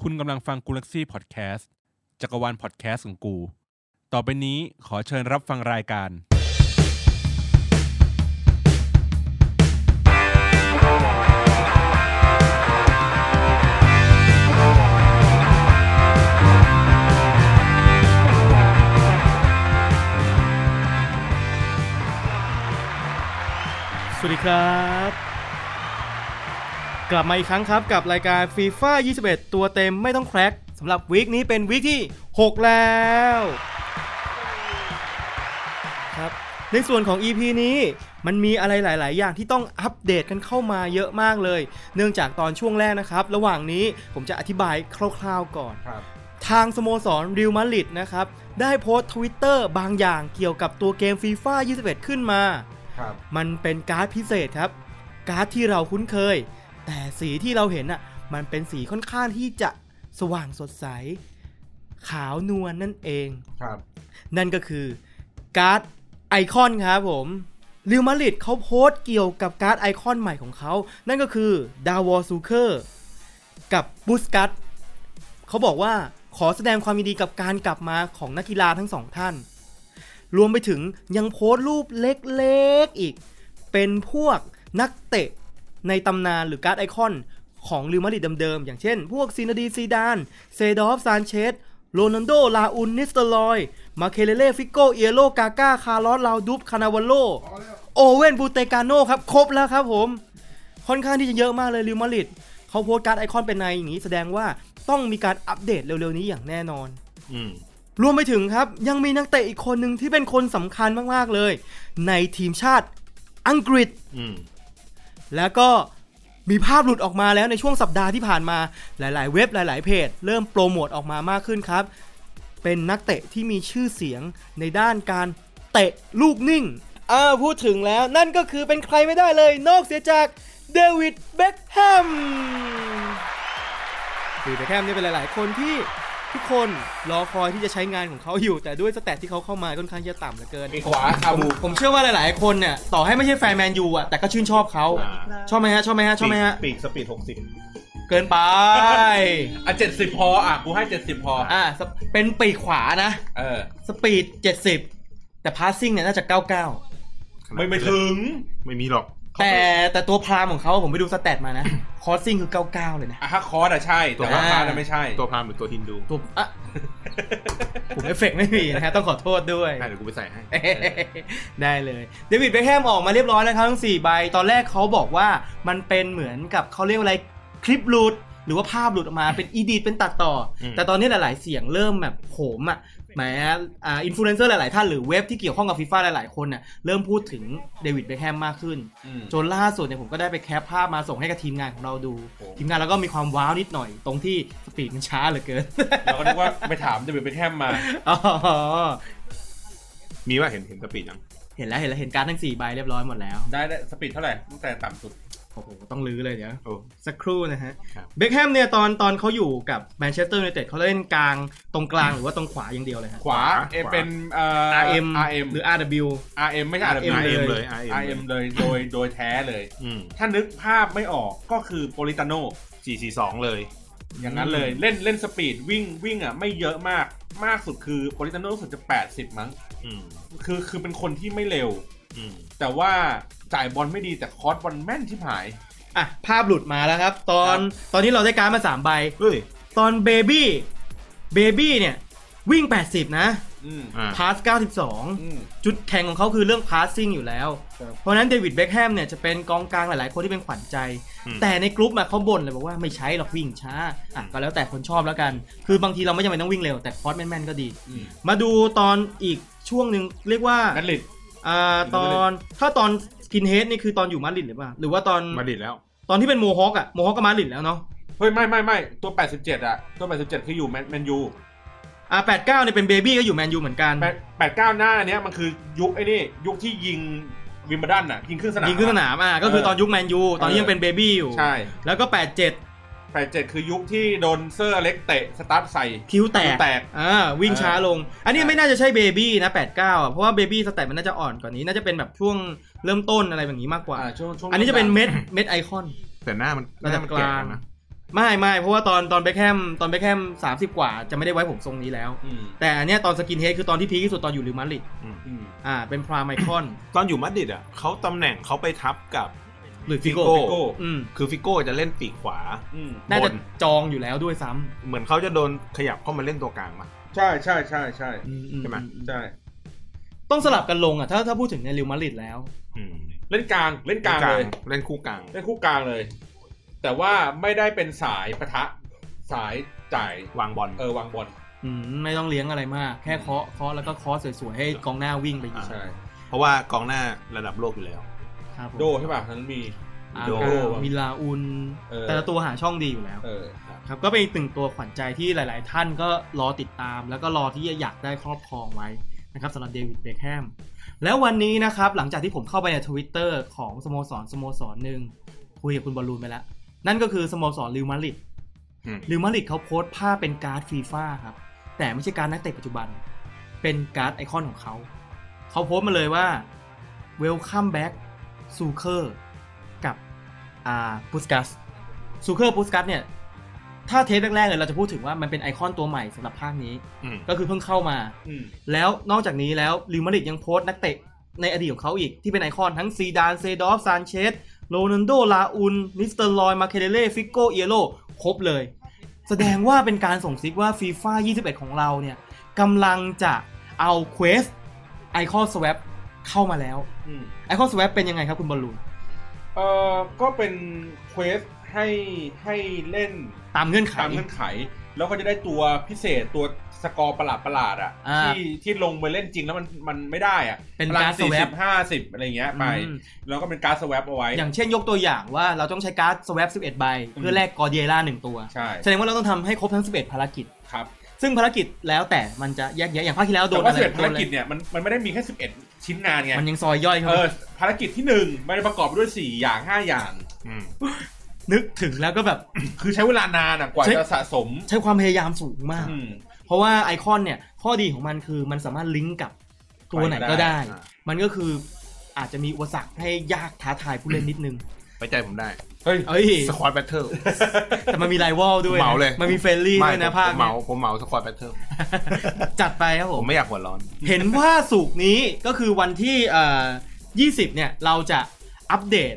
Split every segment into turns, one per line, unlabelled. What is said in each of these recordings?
คุณกำลังฟังกูลักซี่พอดแคสต์จักรวาลพอดแคสต์ของกู ต่อไปนี้ขอเชิญรับฟังรายการ
สวัสดีครับ กลับมาอีกครั้งครับกับรายการ FIFA 21 ตัวเต็มไม่ต้องแครกสำหรับวีคนี้เป็นวีคที่ 6 แล้วครับในส่วนของ EP นี้มันมีอะไรหลาย ๆ อย่างที่ต้องอัปเดตกันเข้ามาเยอะมากเลย เนื่องจากตอนช่วงแรกนะครับ ระหว่างนี้ผมจะอธิบายคร่าว ๆ ก่อน ทางสโมสรริวมาริดนะครับ ได้โพสต์ทวิตเตอร์บางอย่างเกี่ยวกับตัวเกม FIFA 21 ขึ้นมา มันเป็นการ์ดพิเศษครับ การ์ดที่เราคุ้นเคย แต่สีที่เราเห็นน่ะ มันเป็นสีค่อนข้างที่จะสว่างสดใส ขาวนวลนั่นเอง
ครับ
นั่นก็คือการ์ดไอคอนครับผมลิวมาริดเขาโพสต์เกี่ยวกับการ์ดไอคอนใหม่ของเขา นั่นก็คือดาวอซูเคอร์กับบูสกัตเขาบอกว่าขอแสดงความยินดีกับการกลับมาของนักกีฬาทั้งสองท่าน รวมไปถึงยังโพสต์รูปเล็กๆอีก เป็นพวกนักเตะในตำนานหรือการ์ดไอคอนของลิวมาริดเดิมๆ อย่างเช่น พวกซีนาดีซีดาน เซดอฟซานเชสโรนัลโด ลาอุน นิสเตอร์ลอย มาเคเลเล่ ฟิโกเอียโล กาก้า คาร์ลอสลาวดุฟคานาวาโล โอเว่น บูเตกาโน่ครับ ครบแล้วครับผม ค่อนข้างที่จะเยอะมากเลยลิวมาริดเขาโพสต์การ์ดไอคอนเป็นในอย่างนี้แสดงว่าต้องมีการอัปเดตเร็วๆนี้อย่างแน่นอน
อืม
รวมไปถึงครับ ยังมีนักเตะอีกคนหนึ่งที่เป็นคนสำคัญมาก ๆ เลย ในทีมชาติอังกฤษ
อืม
แล้วก็มีภาพหลุดออกมาแล้วในช่วงสัปดาห์ที่ผ่านมาหลาย ๆ เว็บหลาย ๆ เพจ เริ่มโปรโมทออกมามากขึ้นครับ เป็นนักเตะที่มีชื่อเสียงในด้านการเตะลูกนิ่งอ่าพูดถึงแล้วนั่นก็คือเป็นใครไม่ได้เลย นอกเสียจากเดวิดเบ็คแฮมคือเบ็คแฮมเนี่ยเป็นหลาย ๆ คนที่ทุกคนรอคอยที่จะใช้งานของเขาอยู่ แต่ด้วยสแตทที่เขาเข้ามาค่อนข้างจะต่ำเหลือเกิน
มีขวาคาบู
ผมเชื่อว่าหลาย ๆ คนเนี่ยต่อให้ไม่ใช่แฟนแมนยูอ่ะแต่ก็ชื่นชอบเขา ชอบไหมฮะชอบไหมฮะชอบไหมฮะ
ปีกสปีดหกสิบ
เกินไป
อ่ะเจ็ดสิบพอ อ่ะ กูให้เจ็ดสิบพอ
อ่าสเปเป็นปีกขวานะ
เออ
สปีด 70 แต่พาสซิ่งเนี่ยน่าจะ 99
ไม่ไม่ถึง
ไม่มีหรอก
แต่แต่ตัวพรามของเขาผมไปดูสแตทมานะ คอสซิ่งคือ 99 เลยนะ
อ่ะถ้าคอร์สอ่ะใช่ แต่ว่า
อ่า
คาร์น่ะไม่ใช่
ตัวพราหมณ์หรือตัวฮินดู
ตัวอ่ะผมเอฟเฟกต์ไม่มีนะฮะต้องขอโทษด้วย
ได้เดี๋ยวกูไปใส่ให้
เอ้ย ได้เลย เดวิดเบคแฮมออกมาเรียบร้อยแล้วครับทั้ง 4 ใบ ตอนแรกเขาบอกว่ามันเป็นเหมือนกับเขาเรียกว่าอะไรคลิปหลุด หรือว่าภาพหลุดออกมาเป็นอีดีเป็นตัดต่ออ
ม
แต่ตอนนี้หลาย ๆ เสียงเริ่มแบบโหมอ่ะแหมอ่าอินฟลูเอนเซอร์หลาย ๆ ท่านหรือเว็บที่เกี่ยวข้องกับฟีฟ่าหลาย ๆ คนน่ะเริ่มพูดถึงเดวิดเบคแฮมมากขึ้น
อืม
จนล่าสุดเนี่ยผมก็ได้ไปแคปภาพมาส่งให้กับทีมงานของเราดู
โอ้
ทีมงานเราก็มีความว้าวนิดหน่อย ตรงที่สปีดมันช้าเหลือเกิน
เราก็นึกว่าไปถามเดวิดเบคแฮมมา
อ๋อ
มีว่าเห็นเห็นสปีดยัง
เห็นแล้วเห็นแล้วเห็นการดทั้งสี่ใบเรียบร้อยหมดแล้ว
ได้ได้สปีดเท่าไหร่ ตั้งแต่ต่ำสุด
โอ้โห ต้องลื้อเลยเดี๋ยว
โอ้
สักครู่นะฮะ
ครับ
เบคแฮมเนี่ยตอนตอนเขาอยู่กับแมนเชสเตอร์ยูไนเต็ดเขาเล่นกลางตรงกลางหรือว่าตรงขวาอย่างเดียวเลยฮะ
ขวา
ขวา
เอเป็นเอ่อ
RM
RM
หรือ RW
RM ไม่ใช่ RM
RM ล
ไอ
ย
เอ็มเลยไอ
RM เลยโดยโดยแท้เลย
อืม
ถ้านึกภาพไม่ออกก็คือโปลิตาโน
สี่สี่สองเลย
อย่างนั้นเลยเล่นเล่นสปีดวิ่งวิ่งอ่ะไม่เยอะมากมากสุดคือโปลิตาโนรู้สุดจะ 80 มั้ง
อืม
คือคือเป็นคนที่ไม่เร็ว
อืม
แต่ว่าจ่ายบอลไม่ดีแต่คอร์สบอลแม่นที่ผาย
อ่ะ ภาพหลุดมาแล้วครับ ตอนตอนนี้เราได้การดมา 3 ใบ
เฮ้ย
ตอนเบบี้เบบี้เนี่ย วิ่ง 80 นะ
อืม
อ่า
พาส
อื
92
ม
จุดแข็งของเขาคือเรื่องพาสซิ่งอยู่แล้ว
ครับ
เพราะฉะนั้นเดวิดเบคแฮมเนี่ยจะเป็นกองกลางหลาย ๆ คนที่เป็นขวัญใจ
อืม
แต่ในกรุ๊ปอะเขาบ่นเลยบอกว่าไม่ใช้หรอกวิ่งช้าอ่ะก็แล้วแต่คนชอบแล้วกัน คือบางทีเราไม่จำเป็นต้องวิ่งเร็วแต่คอร์สแม่นๆก็ดี
อืม
มาดูตอนอีกช่วงหนึ่งเรียกว่า
นัดลิด
อ่าตอนถ้าตอนกินเฮดนี่คือตอนอยู่มาดริดหรือเปล่าหรือว่าตอน
มาดิดแล้ว
ตอนที่เป็นโมฮอคอะโมฮอคก็มาดริดแล้วเนาะ
เฮ้ย ไม่ไม่ไม่ตัว 87 อ่ะ ตัว 87 คืออยู่แมนแมนยู
อ่าแปดเก้าเนี่ยเป็นเบบี้ก็อยู่แมนยูเหมือนกัน
แปดแปดเก้าหน้าเนี้ยมันคือยุคไอ้นี่ ยุคที่ยิงวิมเบลดันอ่ะ ยิงขึ้นสนาม
ยิงขึ้นสนามอ่ะก็คือ
เออ
ตอนยุคแมนยูตอนนี้
เออ
ยังเป็นเบบี้อยู่
ใช่
แล้วก็แปดเจ็ด
87 คือยุคที่โดนเซอร์เล็กเตะ สตาร์ทใส่
คิ้วแต
คิ้
ก
วแตก
อ่าวิ่งช้าลง อันนี้
ใช่
ไม่น่าจะใช่เบบี้นะแปดเก้าอ่ะเพราะว่าเบบี้สแตทมันน่าจะอ่อนกว่านี้น่าจะเป็นแบบช่วงเริ่มต้นอะไรแบบนี้มากกว่า
อ่าช่วงช่วง
อันนี้จะเป็นเม็ดเม็ดไอคอน
แต่หน้ามันห
ระดั
น้า
บ
มัน
ก
แก่
ลาง
นะ
ไม่ไม่เพราะว่าตอนตอนเบคแฮมตอนเบคแฮมสามสิบกว่าจะไม่ได้ไว้ผมทรงนี้แล้ว
อืม
แต่อันเนี้ยตอนสกินเฮดคือตอนที่พีคที่สุดตอนอยู่ลิวมาดริด
อืม
อ่าเป็นพรามไอคอน
ตอนอยู่มาดริดอ่ะเขาตำแหน่งเขาไปทับกับ
หรือฟิโก
Figo
โก้
อืม
คือฟิโก้จะเล่นปีกขวา
อืม
น่าจะ
บน
จองอยู่แล้วด้วยซ้
เหมือนเขาจะโดนขยับเข้ามาเล่นตัวกลางมา
ใช่ใช่ใช่ใช่
ำอือื
ใช่ไหม
อื
ใช่
ต้องสลับกันลงอ่ะถ้าถ้าพูดถึงในลิวมาดริดแล้ว
อืม
เล่นกลางเล่นกลางเลย
เล่นคู่กลาง
เล่นคู่กลางเลย แต่ว่าไม่ได้เป็นสายปะทะ สายจ่ายว
างบอล
เออวางบอล
อืมไม่ต้องเลี้ยงอะไรมาก แค่เคาะเคาะแล้วก็เคาะสวยๆให้กองหน้าวิ่งไปยิง
ใช่
เพราะว่ากองหน้าระดับโลกอยู่แล้ว
ครับผม
โดใช่ป่ะนั้นมี
อา
โด
กามิลาอุน
เออ
แต่ละตัวหาช่องดีอยู่แล้ว
เออ
ครับก็เป็นอีกหนึ่งตัวขวัญใจที่หลาย ๆ ท่านก็รอติดตาม แล้วก็รอที่จะอยากได้ครอบครองไว้นะครับสำหรับเดวิดเบคแฮมแล้ววันนี้นะครับ หลังจากที่ผมเข้าไปในทวิตเตอร์ของสโมสรสโมสรหนึ่งคุยกับคุณบอลลูนไปแล้ว นั่นก็คือสโมสรลิวมาริด
อืม
ลิวมาริดเขาโพสต์ภาพเป็นการ์ดฟีฟ่าครับ แต่ไม่ใช่การดนักเตะปัจจุบัน เป็นการ์ดไอคอนของเขา เขาโพสต์มาเลยว่า Welcome back ซูเคอร์กับอ่าปุสกัสซูเคอร์ปุสกัสเนี่ย ถ้าเทปแรกๆเลยเราจะพูดถึงว่ามันเป็นไอคอนตัวใหม่สำหรับภาคนี้
อืม
ก็คือเพิ่งเข้ามา
อืม
แล้วนอกจากนี้แล้วลิวมาดริดยังโพสต์นักเตะในอดีตของเขาอีก ที่เป็นไอคอนทั้งซีดานเซดอฟซานเชสโรนัลโดลาอุนนิสเตอร์ลอยมาเคเดเล่ฟิโกเอโลครบเลย แสดงว่าเป็นการส่งซิกว่าฟีฟ่า21 ของเราเนี่ยกำลังจะเอาเควสไอคอนสว p เข้ามาแล้ว
อืม
ไอคอนสว p เป็นยังไงครับคุณบอลลูน
เออก็เป็นเควสให้ให้เล่น
ตามเงื่อนไข
ตามเงื่อนไข แล้วก็จะได้ตัวพิเศษตัวสกอร์ประหลาดประหลาดๆอ่ะ
อ่า
ที่ที่ลงไปเล่นจริงแล้วมันมันไม่ได้อ่ะ
เป็น
พลัง
การ์ด
สี่สิ
swap
บห้าสิบอะไรเงี้ยไป
อืม
แล้วก็เป็นการดสวปเอาไว้
อย่างเช่นยกตัวอย่างว่าเราต้องใช้การ์ดสว p 11 ใบ เพื่อแลกกอร์เดียล่าหนึ่งตัว
ใช่
แสดงว่าเราต้องทำให้ครบทั้ง 11 ภารกิจ
ครับ
ซึ่งภารกิจแล้วแต่มันจะแยกแยะอย่างภาคที่แล้วโด
แต่
น
ว่า
อะไร
สิบเอ็ด
โด
ภาร
นอะไร
กิจเนี่ยมันมันไม่ได้มีแค่สิบเอ็ดชิ้นงานไง
มันยังซอยย่อยเข้า
เอ
ไป
อภารกิจที่หนึ่งมันประกอบไปด้วยสี่อย่างห้าอย่าง
อืม
นึกถึงแล้วก็แบบ
คือใช้เวลานานอะกว่า
ใช่
จะสะสม
ใช้ความพยายามสูงมาก
อืม
เพราะว่าไอคอนเนี่ย ข้อดีของมันคือมันสามารถลิงก์กับตัวไหนก็ได้
อ่ะ
มันก็คืออาจจะมีอุปสรรคให้ยากท้าทายผู้เล่นนิดนึง
ไปใจผมได้
เฮ้ย
เอ้ย
สควอตแบทเทิล
แต่มันมีไ i วอลด้วย
เหมาเลย
มันมีเฟรนลี่ด้วยนะภาค
ผมเห
เนี่
มาย ผมเหมาสควอตแบทเทิล
จัดไปครับผ
ผม มไม่อยากหัวร้อน
เห็นว่าสุกร์นี้ก็คือวันที่เอ่อ20 เนี่ย เราจะอัปเดต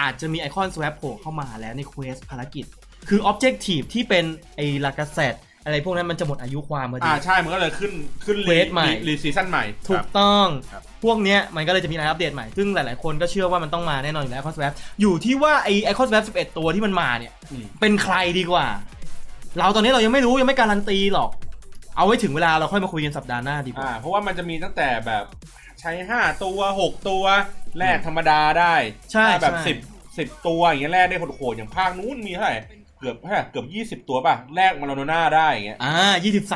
อาจจะมีไอคอน Swap โผล่เข้ามาแล้วในเควสภารกิจ คือ Objective ที่เป็นไอลากาเซตอะไรพวกนั้นมันจะหมดอายุความพอดี
อ่าใช่ มันก็เลยขึ้นขึ้น
เวทใหม่
รีซีซั่นใหม่
ถูกต้อง
ครับ
พวกเนี้ยมันก็เลยจะมีอะไรอัปเดตใหม่ ซึ่งหลายๆ คนก็เชื่อว่ามันต้องมาแน่นอนอยู่แล้วไอคอน Swap อยู่ที่ว่าไอไอคอน Swap 11 ตัวที่มันมาเนี่ย
อืม
เป็นใครดีกว่า เราตอนนี้เรายังไม่รู้ยังไม่การันตีหรอก เอาไว้ถึงเวลาเราค่อยมาคุยกันสัปดาห์หน้าดีกว่า
อ่า เพราะว่ามันจะมีตั้งแต่แบบใช้ห้าตัวหกตัวแลกธรรมดาได้
ใช่
ถ้าแบบ
ใช่
สิบสิบตัวอย่างเงี้ยแลกได้โหดๆอย่างภาคนู้นมีเท่าไหร่เกือบเท่าไหร่เกือบยี่สิบ20 ตัวป่ะแลกมาโลโนน่าได้อย่างเงี้ย
อ่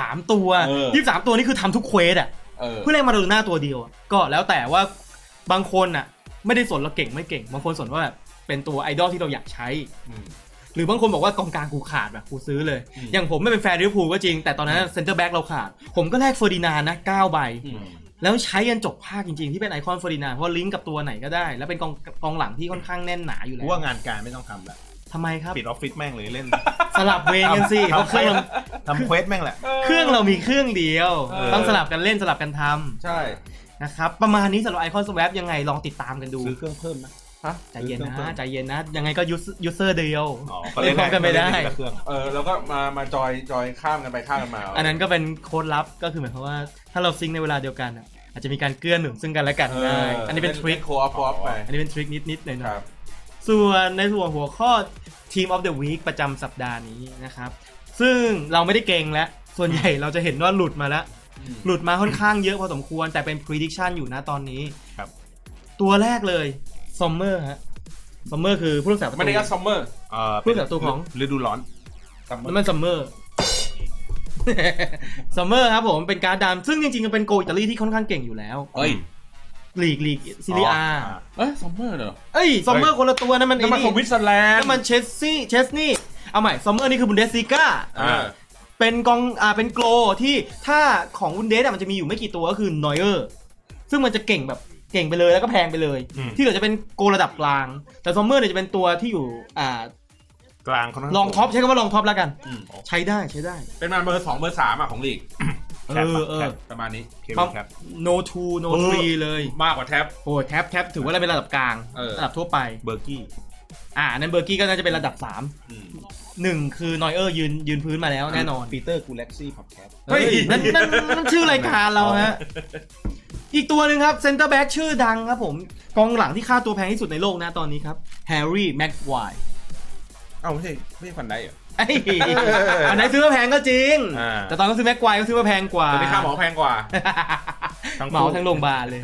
า23 ตัว
เออ
23 ตัวนี่คือทำทุกเควสอ่ะ
เออ
เพื่อเล่นมาโดนหน้าตัวเดียวอะก็แล้วแต่ว่าบางคนอ่ะ ไม่ได้สนเราเก่งไม่เก่ง บางคนสนว่าแบบเป็นตัวไอดอลที่เราอยากใช้
อืม
หรือบางคนบอกว่ากองกลางกูขาดแบบกูซื้อเลย
อืม
อย่างผมไม่เป็นแฟนลิเวอร์พูลก็จริง แต่ตอนนั้นเซ็นเตอร์แบ็กเราขาด ผมก็แลกเฟอร์ดินานด์นะ9ใบ
อืม
แล้วใช้ยันจบภาคจริงๆ ที่เป็นไอคอนเฟอร์ดินานด์เพราะลิงก์กับตัวไหนก็ได้ แล้วเป็นกองกองหลังที่ค่อนข้างแน่นหนาอยู่แล้
กู
ว
ว่างานการไม่ต้องทำละ
ทำไมครับ
ปิดออฟฟิศแม่งเลยเล่น
สลับเวรกันสิเพราะเครื่องเรา
ทำเควสแม่งแหละ
เครื่องเรามีเครื่องเดียว
เออ
ต้องสลับกันเล่นสลับกันทำ
ใช่
นะครับประมาณนี้สำหรับไอคอนสว p ยังไงลองติดตามกันดู
ซื้อเครื่องเพิ่มนะ
ใจเย็น
ซื้อเครื่อ
นะ
ง
ใจเย็นนะ ยังไงก็ยูเซอร์เดียว
อ๋อ
เล่นพร้อมกันไม่ได้
เล่ทีละเครื่อง
เออแล้วก็มามาจอยจอยข้ามกันไปข้ามกันมา
อันนั้นก็เป็นโค้ดลับก็คือหมายความว่าถ้าเราซิงค์ในเวลาเดียวกันอะอาจจะมีการเกื้อหนุนซึ่งกันและกัน
เ
ได้อันนี้เป็นทริค
โคออฟออฟไป
อันนี้เป็นทริคนิดๆหน่อ
ครั
ย
บ
ๆส่วนในส่วนหัวข้อ Team of the Week ประจำสัปดาห์นี้นะครับ ซึ่งเราไม่ได้เก่งแล้ว ส่วนใหญ่เราจะเห็นว่าหลุดมาแล้ว
อืม
หลุดมาค่อนข้างเยอะพอสมควรแต่เป็น prediction อยู่นะตอนนี้
ครับ
ตัวแรกเลยซอมเมอร์ฮะซอมเมอร์คือผู้รักษาประตู
ไม่ได้ก็ซัมเมอร์
เอ่อ
พูดกับตัวของ
ฤดูร้อน
ซัมเมอ
น้ำ
ร์
มันซัมเมอ ร์ ซัมเมอร์ครับผม เป็นการดดามซึ่งจริงๆมันเป็นโกอิตาลีที่ค่อนข้างเก่งอยู่แล้ว
เอ้ย
หลีกหลีกซิเรียอา
เอ้ยซัมเมอร์เหรอ
เอ้ยซัมเมอร์คนละตัวนั่นมันไอ้
น้ำมัน
นี่
สวิตเซอร์แลนด์
นั่นมันเชสซี่เชสนี่ เอาใหม่ซัมเมอร์นี่คือบุนเดสซิก้า
อ่า
เป็นกองอ่าเป็นโกลที่ถ้าของบุนเดสอะมันจะมีอยู่ไม่กี่ตัวก็คือนอยเออร์ ซึ่งมันจะเก่งแบบเก่งไปเลยแล้วก็แพงไปเลย
อืม
ที่เหลือจะเป็นโกลระดับกลาง แต่ซัมเมอร์เนี่ยจะเป็นตัวที่อยู่อ่า
กลางเขา
ลองท็อปใช้คำว่าลองท็อปแล้วกัน
อืม
ใช้ได้ใช้ได้
เป็นมาเบอร์สองเบอร์สามอ่ะของลีก
เออเออ
ประมาณนี้
ครับ
ครับ
no two no
เออ
three เลย
มากกว่าแท็บ
โอ้ยแท็บแท็บถือว่าเราเป็นระดับกลาง
เออ
ระดับทั่วไป
เบอร์กี้
อ่าอันนั้นเบอร์กี้ก็น่าจะเป็นระดับ
อืม
3 1 คือนอยเออร์ยืนยืนพื้นมาแล้วแน่นอน
ปีเตอร์กูเล็กซี่พอดแคสต์
เฮ้ย
เฮ้ยนั่นนั่นนั่นชื่อรายการเราฮะ อีกตัวหนึ่งครับเซนเตอร์แบ็กชื่อดังครับผม กองหลังที่ค่าตัวแพงที่สุดในโลกนะตอนนี้ครับแฮร์รี่แม็กควาย
เอ้าไม่ใช่ไม่ใช่ฟันได้เหรอ
อันไหนซื้อมาแพงก็จริง
อ่า
แต่ตอนเขาซื้อแม็กควายเขาซื้อมาแพงกว่า
แต่ในค่าหมอแพงกว่า
เห มาทั้งโรงพยาบาลเลย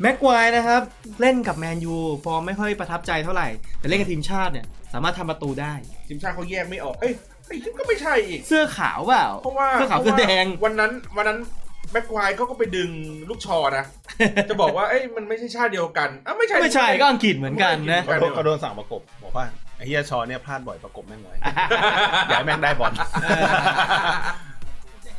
แม็กไกวายนะครับ เล่นกับแมนยูฟอร์มไม่ค่อยประทับใจเท่าไหร่ แต่เล่นกับทีมชาติเนี่ย สามารถทำประตูได้
ทีมชาติเขาแยกไม่ออก เอ้ยไอ้ก็ไม่ใช่อีก
เสื้อขาวเปล่า
เพราะว่า
เสื้อขาว
เพ
เสื้อ
ระว่
แดง
วันนั้นวันนั้นแม็กควายเขาก็ไปดึงลูกชอนะ จะบอกว่าเอ้ยมันไม่ใช่ชาติเดียวกันอ้าวไม่ใช่
ไม่ใช่ก็อังกฤษเหมือนกันนะ
เขาโดนเขาโดนสั่งประกบ บอกว่าไอ้เฮียชอเนี่ยพลาดบ่อยประกบแม่ง ไว้ อย่าให้แม่งได้บอล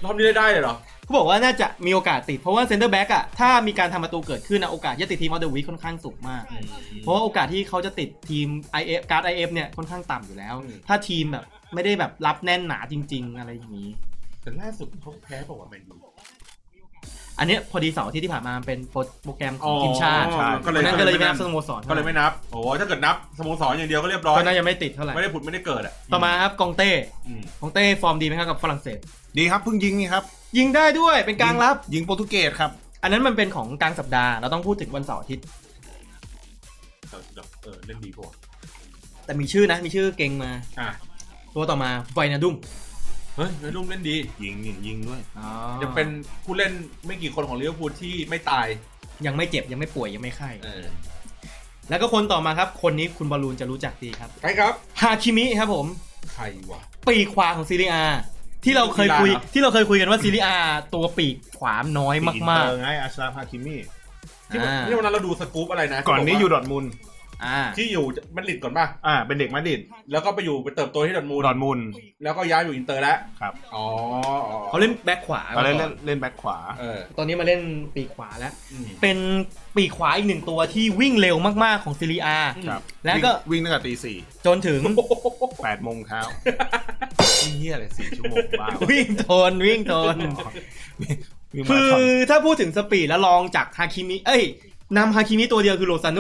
รอบนี้ได้ได้เลยเหรอ
เขาบอกว่าน่าจะมีโอกาสติด เพราะว่าเซนเตอร์แบ็กอะถ้ามีการทำประตูเกิดขึ้นนะโอกาสจะติดทีมออเดอร์วีค่อนข้างสูงมาก เพราะว่าโอกาสที่เขาจะติดทีม IF การ์ด IF เนี่ยค่อนข้างต่ำอยู่แล้ว
อืม
ถ้าทีมแบบไม่ได้แบบรับแน่นหนาจริง ๆ อะไรอย่างนี้
แต่ล่าสุดเขาแพ้เปล่าวะแมนยู
อันเนี้ยพอดีเสาร์อาทตย์ที่ผ่านมามันเป็นโปรแกรมข
อ๋
อ
อง
ทีมชาติ
ก็เล
วัน
ย
นั้นก็เลยไม่นับสโมสร
ก็เลยไม่นับโอ้โหถ้าเกิดนับสโมสรอย่างเดียวก็เรียบร้อย
ก็น่าจะไม่ติดเท่าไหร่
ไม่ได้ผุดไม่ได้เกิดอ่ะ
ต่อมาครับกองเต้
อืม
กองเต้ฟอร์มดีไหมครับกับฝรั่งเศส
ดีครับเพิ่งยิงนี่ครับ
ยิงได้ด้วยเป็นกลางรับ
ยิงโปรตุเกสครับ
อันนั้นมันเป็นของกลางสัปดาห์เราต้องพูดถึงวันเสาร์อาทิตย์
เออเดี๋ยวเออเล่นดีกว่า
แต่มีชื่อนะมีชื่อเก่งมา
อ่ะ
ตัวต่อมาไวนาดุม
เฮ้ยเฮ้ยลุ่มเล่นดี
ยิงยิงยิงด้วย
จะเป็นผู้เล่นไม่กี่คนของลิเวอร์พูลที่ไม่ตาย
ยังไม่เจ็บยังไม่ป่วยยังไม่ไข้
เออ
แล้วก็คนต่อมาครับ คนนี้คุณบอลลูนจะรู้จักดีครับ
ใครครับ
ฮาคิมิครับผม
ใครวะ
ปีกขวาของซีเรียที่เราเคยคุย
ซี
ที่
เรียเหรอ
เราเคยคุยกันว่าซีเรียตัวปีกขวาน้อยมาก
อินเตอร์ไงอาชราฟฮาคิมี่
ๆ
ที่วัน
อ่า
ที่วันนั้นเราดูสกู๊ปอะไรนะ
ก่อนนี้อยู่ดอร์ทมุนด์
อ่า
ที่อยู่แมนลิดก่อนป่ะ
อ่า เป็นเด็กมาดริด
แล้วก็ไปอยู่ไปเติบโตที่ดอร์ทมูล
ดอร์ทมุนด์
แล้วก็ย้ายอยู่อินเตอร์แล้ว
ครับ
อ๋ออ๋อ
เขาเล่นแบ็คขวา
ตอนเล่นเล่นเล่นแบ็คขวา
เออ
ตอนนี้มาเล่นปีกขวาแล้ว
อืม
เป็นปีกขวาอีกหนึ่งตัวที่วิ่งเร็วมากๆของซีเรีย
ครับ
แล้วก็
วิ่งวิ่งตั้งแต่ตีสี่
จนถึง
แปดโมงเช้าเฮีย อะไรสี่ชั่วโมงบ้า
วิ่งทนวิ่งทน
วิ่งมา
คือ
ราธน
ถ้าพูดถึงสปีดแล้วลองจากฮาคิมิ เอ้ยนำฮาคิมิตัวเดียวคือโรซาโน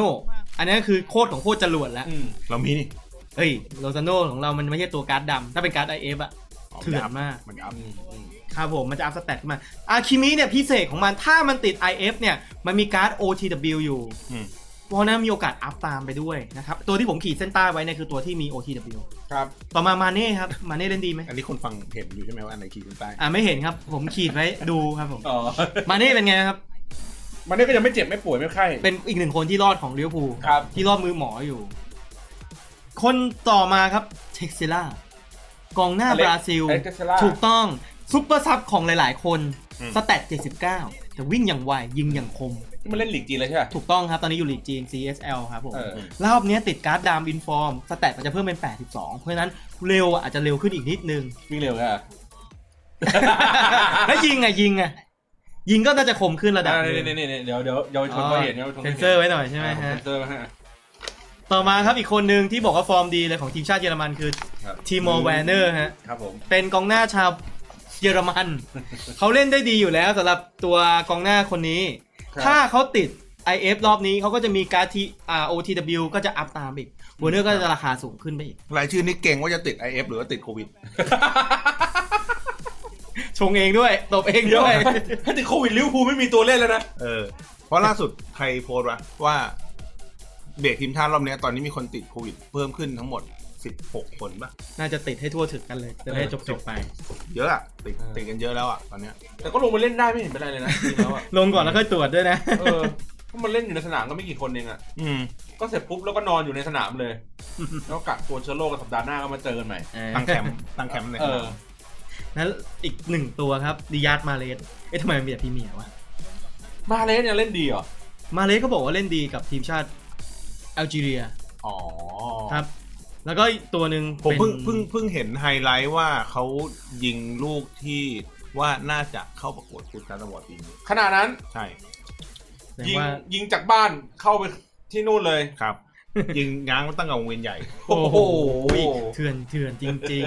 อันนี้นคือโคตรของโคตรจรวดแล้ว
อืม
เรามีนี่
เฮ้ยโรซาโนของเรามันไม่ใช่ตัวการ์ดดำถ้าเป็นการ์ดไอเอฟอะเถื่อนมาก
มันอัพ
อืมอืม
ครับผมมันจะอัพสเตตขึ้นมาอาคิมิเนี่ยพิเศษของมันถ้ามันติด IF เนี่ยมันมีการ์ด OTW อยู่
อืม
เพราะฉะนั้นมีโอกาสอัพตามไปด้วยนะครับตัวที่ผมขีดเส้นใต้ไว้เนี่ยคือตัวที่มี OTW
ครับ
ต่อมามาเน่ครับมาเน่เล่นดีไหม
อันนี้คนฟังเห็นอยู่ใช่ไหมว่าอันไหนขี่ขึ้นใต้
อ่าไม่เห็นครับ ผมขีดไว้ดูครับผม
อ๋อ
มาเน่เป็นไงครับ
มันนี่ก็ยังไม่เจ็บไม่ป่วยไม่ไข้
เป็นอีกหนึ่งคนที่รอดของเลี้ยวภูล
ครับ
ที่รอดมือหมออยู่ คนต่อมาครับเท็กซิล่ากองหน้า
อเล็
บ
กซ์
ราซิล
เอ็กซ์เทสลา
ถูกต้องซุปเปอร์ซับของหลาย ๆ คน
อืม
สแตท79 แต่วิ่งอย่างไวยิงอย่างคม
ที่มันเล่นหลีกจีนเลยใช่ไหม
ถูกต้องครับ ตอนนี้อยู่ลีกจีน CSL ครับผม
เออ
รอบเนี้ยติดการ์ดดามอินฟอร์ม สแตทมันจะเพิ่มเป็น 82 เพราะฉะนั้นเร็วอะอาจจะเร็วขึ้นอีกนิดนึ ง
วิ่งเร็วค่ะ
แล้วยิงอะยิงอะยิงก็น่าจะคมขึ้นระดับหนึ
นี่
ง
นี่นี่เดี๋ยวเดี๋ยวเยาวชนเขาเห็นเยาวชน
เซ
ขาน ห็
เซอร์ไว้หน่อยใช่ไหม
อ่าผ
ฮะ
เซ็นเซอร์ไว้ให้
ต่อมาครับอีกคนหนึ่งที่บอกว่าฟอร์มดีเลยของทีมชาติเยอรมันคือ
ครับ
ทีโมแวนเนอร์ฮะ
ครับผม
เป็นกองหน้าชาวเยอรมัน เขาเล่นได้ดีอยู่แล้วสำหรับตัวกองหน้าคนนี้
ครับ
ถ้าเขาติด IF รอบนี้เขาก็จะมีการทีอ่า OTW ก็จะอัพตามอีกวอร์เนอร์ก็จะราคาสูงขึ้นไปอีก
รายชื่อนี่เก่งว่าจะติด IF หรือว่าติดโควิด
ชงเองด้วย ตบเอง
เดี๋ยว
ด้วย
ถ้าติดโควิดลิเวอร์พูลไม่มีตัวเล่นแล้วนะ
เออ เพราะล่าสุดใครโพสต์วะว่าเบรกทีมชาติรอบเนี้ยตอนนี้มีคนติดโควิด เพิ่มขึ้นทั้งหมด 16 คนปะ
น่าจะติดให้ทั่วถึงกันเลยจะได้จบจบๆไป
เยอะอะติด
เออ
ติดกันเยอะแล้วอะตอนเนี้ย
แต่ก็ลงมาเล่นได้ไม่เห็นเป็นไรเลยนะจริงแล้วอ่ะ
ลงก่อนแล้วค่อยตรวจด้วยนะ
เออเพราะมันเล่นอยู่ในสนามก็ไม่กี่คนเองอ่ะ
อืม
ก็เสร็จปุ๊บแล้วก็นอนอยู่ในสนามเลย แล้วกักตัวเชื้อโรคกับสัปดาห์หน้าก็มาเจอกันใหม่
ตั้งแคมป์ตั้งแคมป์ใน
เออ
นั้นอีกหนึ่งตัวครับดิยาร์ดมาเลสเอ๊ะทำไมมันมีแต่พี่เหมียวอะ
มาเลสเนี่ยเล่นดีเหรอ
มาเลสก็บอกว่าเล่นดีกับทีมชาติแอลจีเรีย
อ๋อ
ครับ แล้วก็อีกตัวหนึ่ง
ผมเพิ่ง
เป็น
เพิ่งเพิ่งเห็นไฮไลท์ว่าเขายิงลูกที่ว่าน่าจะเข้าประกวดฟุตการ์ดวอร์ดปีนี้
ขนาดนั้น
ใช่
แสดง
ยิง
ว่า
ยิงจากบ้านเข้าไปที่นู่นเลย
ครับ ยิงง้างมาตั้งแต่วงเวียนใหญ่
โอ้โหเถื่อนเถื่อนจริง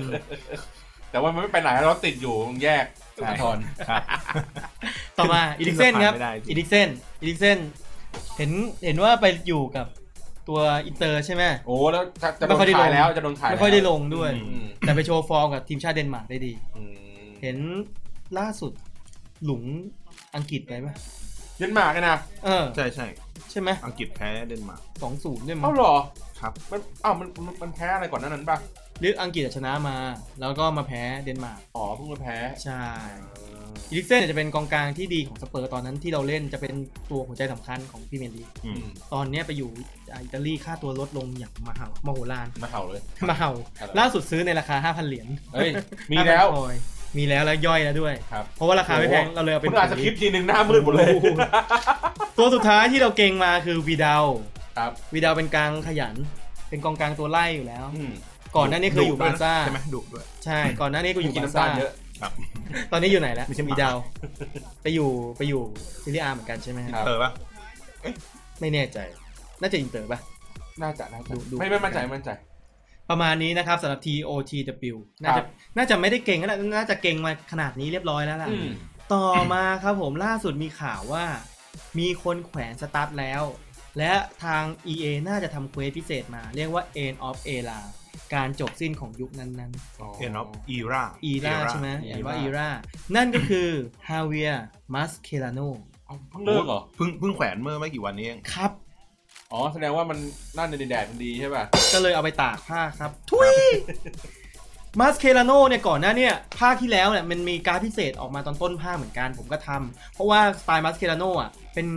แต่ว่ามันไม่ไปไหนเราติดอยู่ตรงแยก
ใช่
สาทร
ครับ
ๆ ต่อมาอีดิกเซนครับ
ขึ้นมาผ่านไม่ได้จริง
อีดิกเซนอีดิกเซนเห็นเห็นว่าไปอยู่กับตัวอินเตอร์ใช่ไหม
โอ้แล้วจะจะโด
ไม่
น
ค่อยได้
ขา
ล
ย
ง
แล้วจะโดนขาย
ไม่ค่อยได้ลงด้วย
อืม
แต่ไปโชว์ฟอร์มกับทีมชาติเดนมาร์กได้ดี
อืม
เห็นล่าสุดหลุงอังกฤษไปปะ
เดนมาร์กอะนะ
เออ
ใช่ใช่
ใช่ไหม
อังกฤษแพ้เดนมาร์ก
สองศูนย์ด้วยมั้
เอ้าง เหรอ
ครับ
มันอ้าวมันมันมันแพ้อะไรก่อนหนานั้นป่ะ
หรืออังกฤษชนะมา แล้วก็มาแพ้เดนมาร์ก
อ๋อเพิ่งมาแพ้
ใช่อีลิกเซ่นเนยจะเป็นกองกลางที่ดีของสเปอร์ตอนนั้นที่เราเล่นจะเป็นตัวหัวใจสำคัญของพรีเมียร์ลีก
อื
อื
ม
ม
ตอนเนี้ยไปอยู่อิตาลีค่าตัวลดลงอย่างมหามโหฬาร
มาเห่าเลย
มาเห่า
อะไร
ล่าสุดซื้อในราคา 5,000 เหรียญ
เฮ้ยมีแล้ว
5,000คอยมีแล้วแล้วย่อยแล้วด้วย
ครับ
เพราะว่าราคาไม่แพง
โอ้โห
เราเลยเอาเป็
คุ
น
ณอ่านสคริปต์ทีหนึ่งหน้ามืดหมดเลย
ตัวสุดท้ายที่เราเก่งมาคือวีดาว
ครับ
วีดาวเป็นกลางขยัน เป็นกองกลางตัวไล่อยู่แล้ว
อืม
ก่อนหน้านี้เคยอยู่บาร์ซ่า
ใช่ไหมดุด้วย
ใช่ก่อนหน้านี้ก็อยู่
กิน
บาร์ซ่า
น้ำตาลเยอะ
ตอนนี้อยู่ไหนแล้ว
ไม่ใช่หมา
วีดาวไปอยู่ไปอยู่ซีรีอาเหมือนกันใช่ไหม
ครับ
เออปะ
ไม่แน่ใจ น่าจะอินเตอร์ป่ะ
น่าจะน่าจะ
ดูดู
ไม่ไม่มั่นใจไม่มั่นใจ
ประมาณนี้นะครับสำหรับ TOTW น่า
ครั
จะ
บ
น่าจะไม่ได้เก่งแล้วล่ะน่าจะเก่งมาขนาดนี้เรียบร้อยแล้วล่ะ
อืม
ต่อมาครับผมล่าสุดมีข่าวว่า มีคนแขวนสตาร์ทแล้ว และทาง EA น่าจะทำเควสพิเศษมา เรียกว่า End of Era การจบสิ้นของยุคนั้น
เอ็นอฟอีรา
ๆ Era ใช่ไหมเห็นว่า Era นั่นก็คือฮาเวียมัสเคลาโน
เอาเพิ่งเลิกเหรอ
เพิ่งเพิ่งแขวนเมื่อไม่กี่วันนี้เอง
ครับ
อ๋อแสดงว่ามันน่าในแดดมันดีใช่ป่ะ
ก็เลยเอาไปตากผ้าครับ ทุยมัสเคลาโนเนี่ยก่อนหน้าเนี่ยภาคที่แล้วเนี่ยมันมีการดพิเศษออกมาตอนต้นภาคเหมือนกันผมก็ทำเพราะว่าสไตล์มัสเคลาโนอ่ะเป็น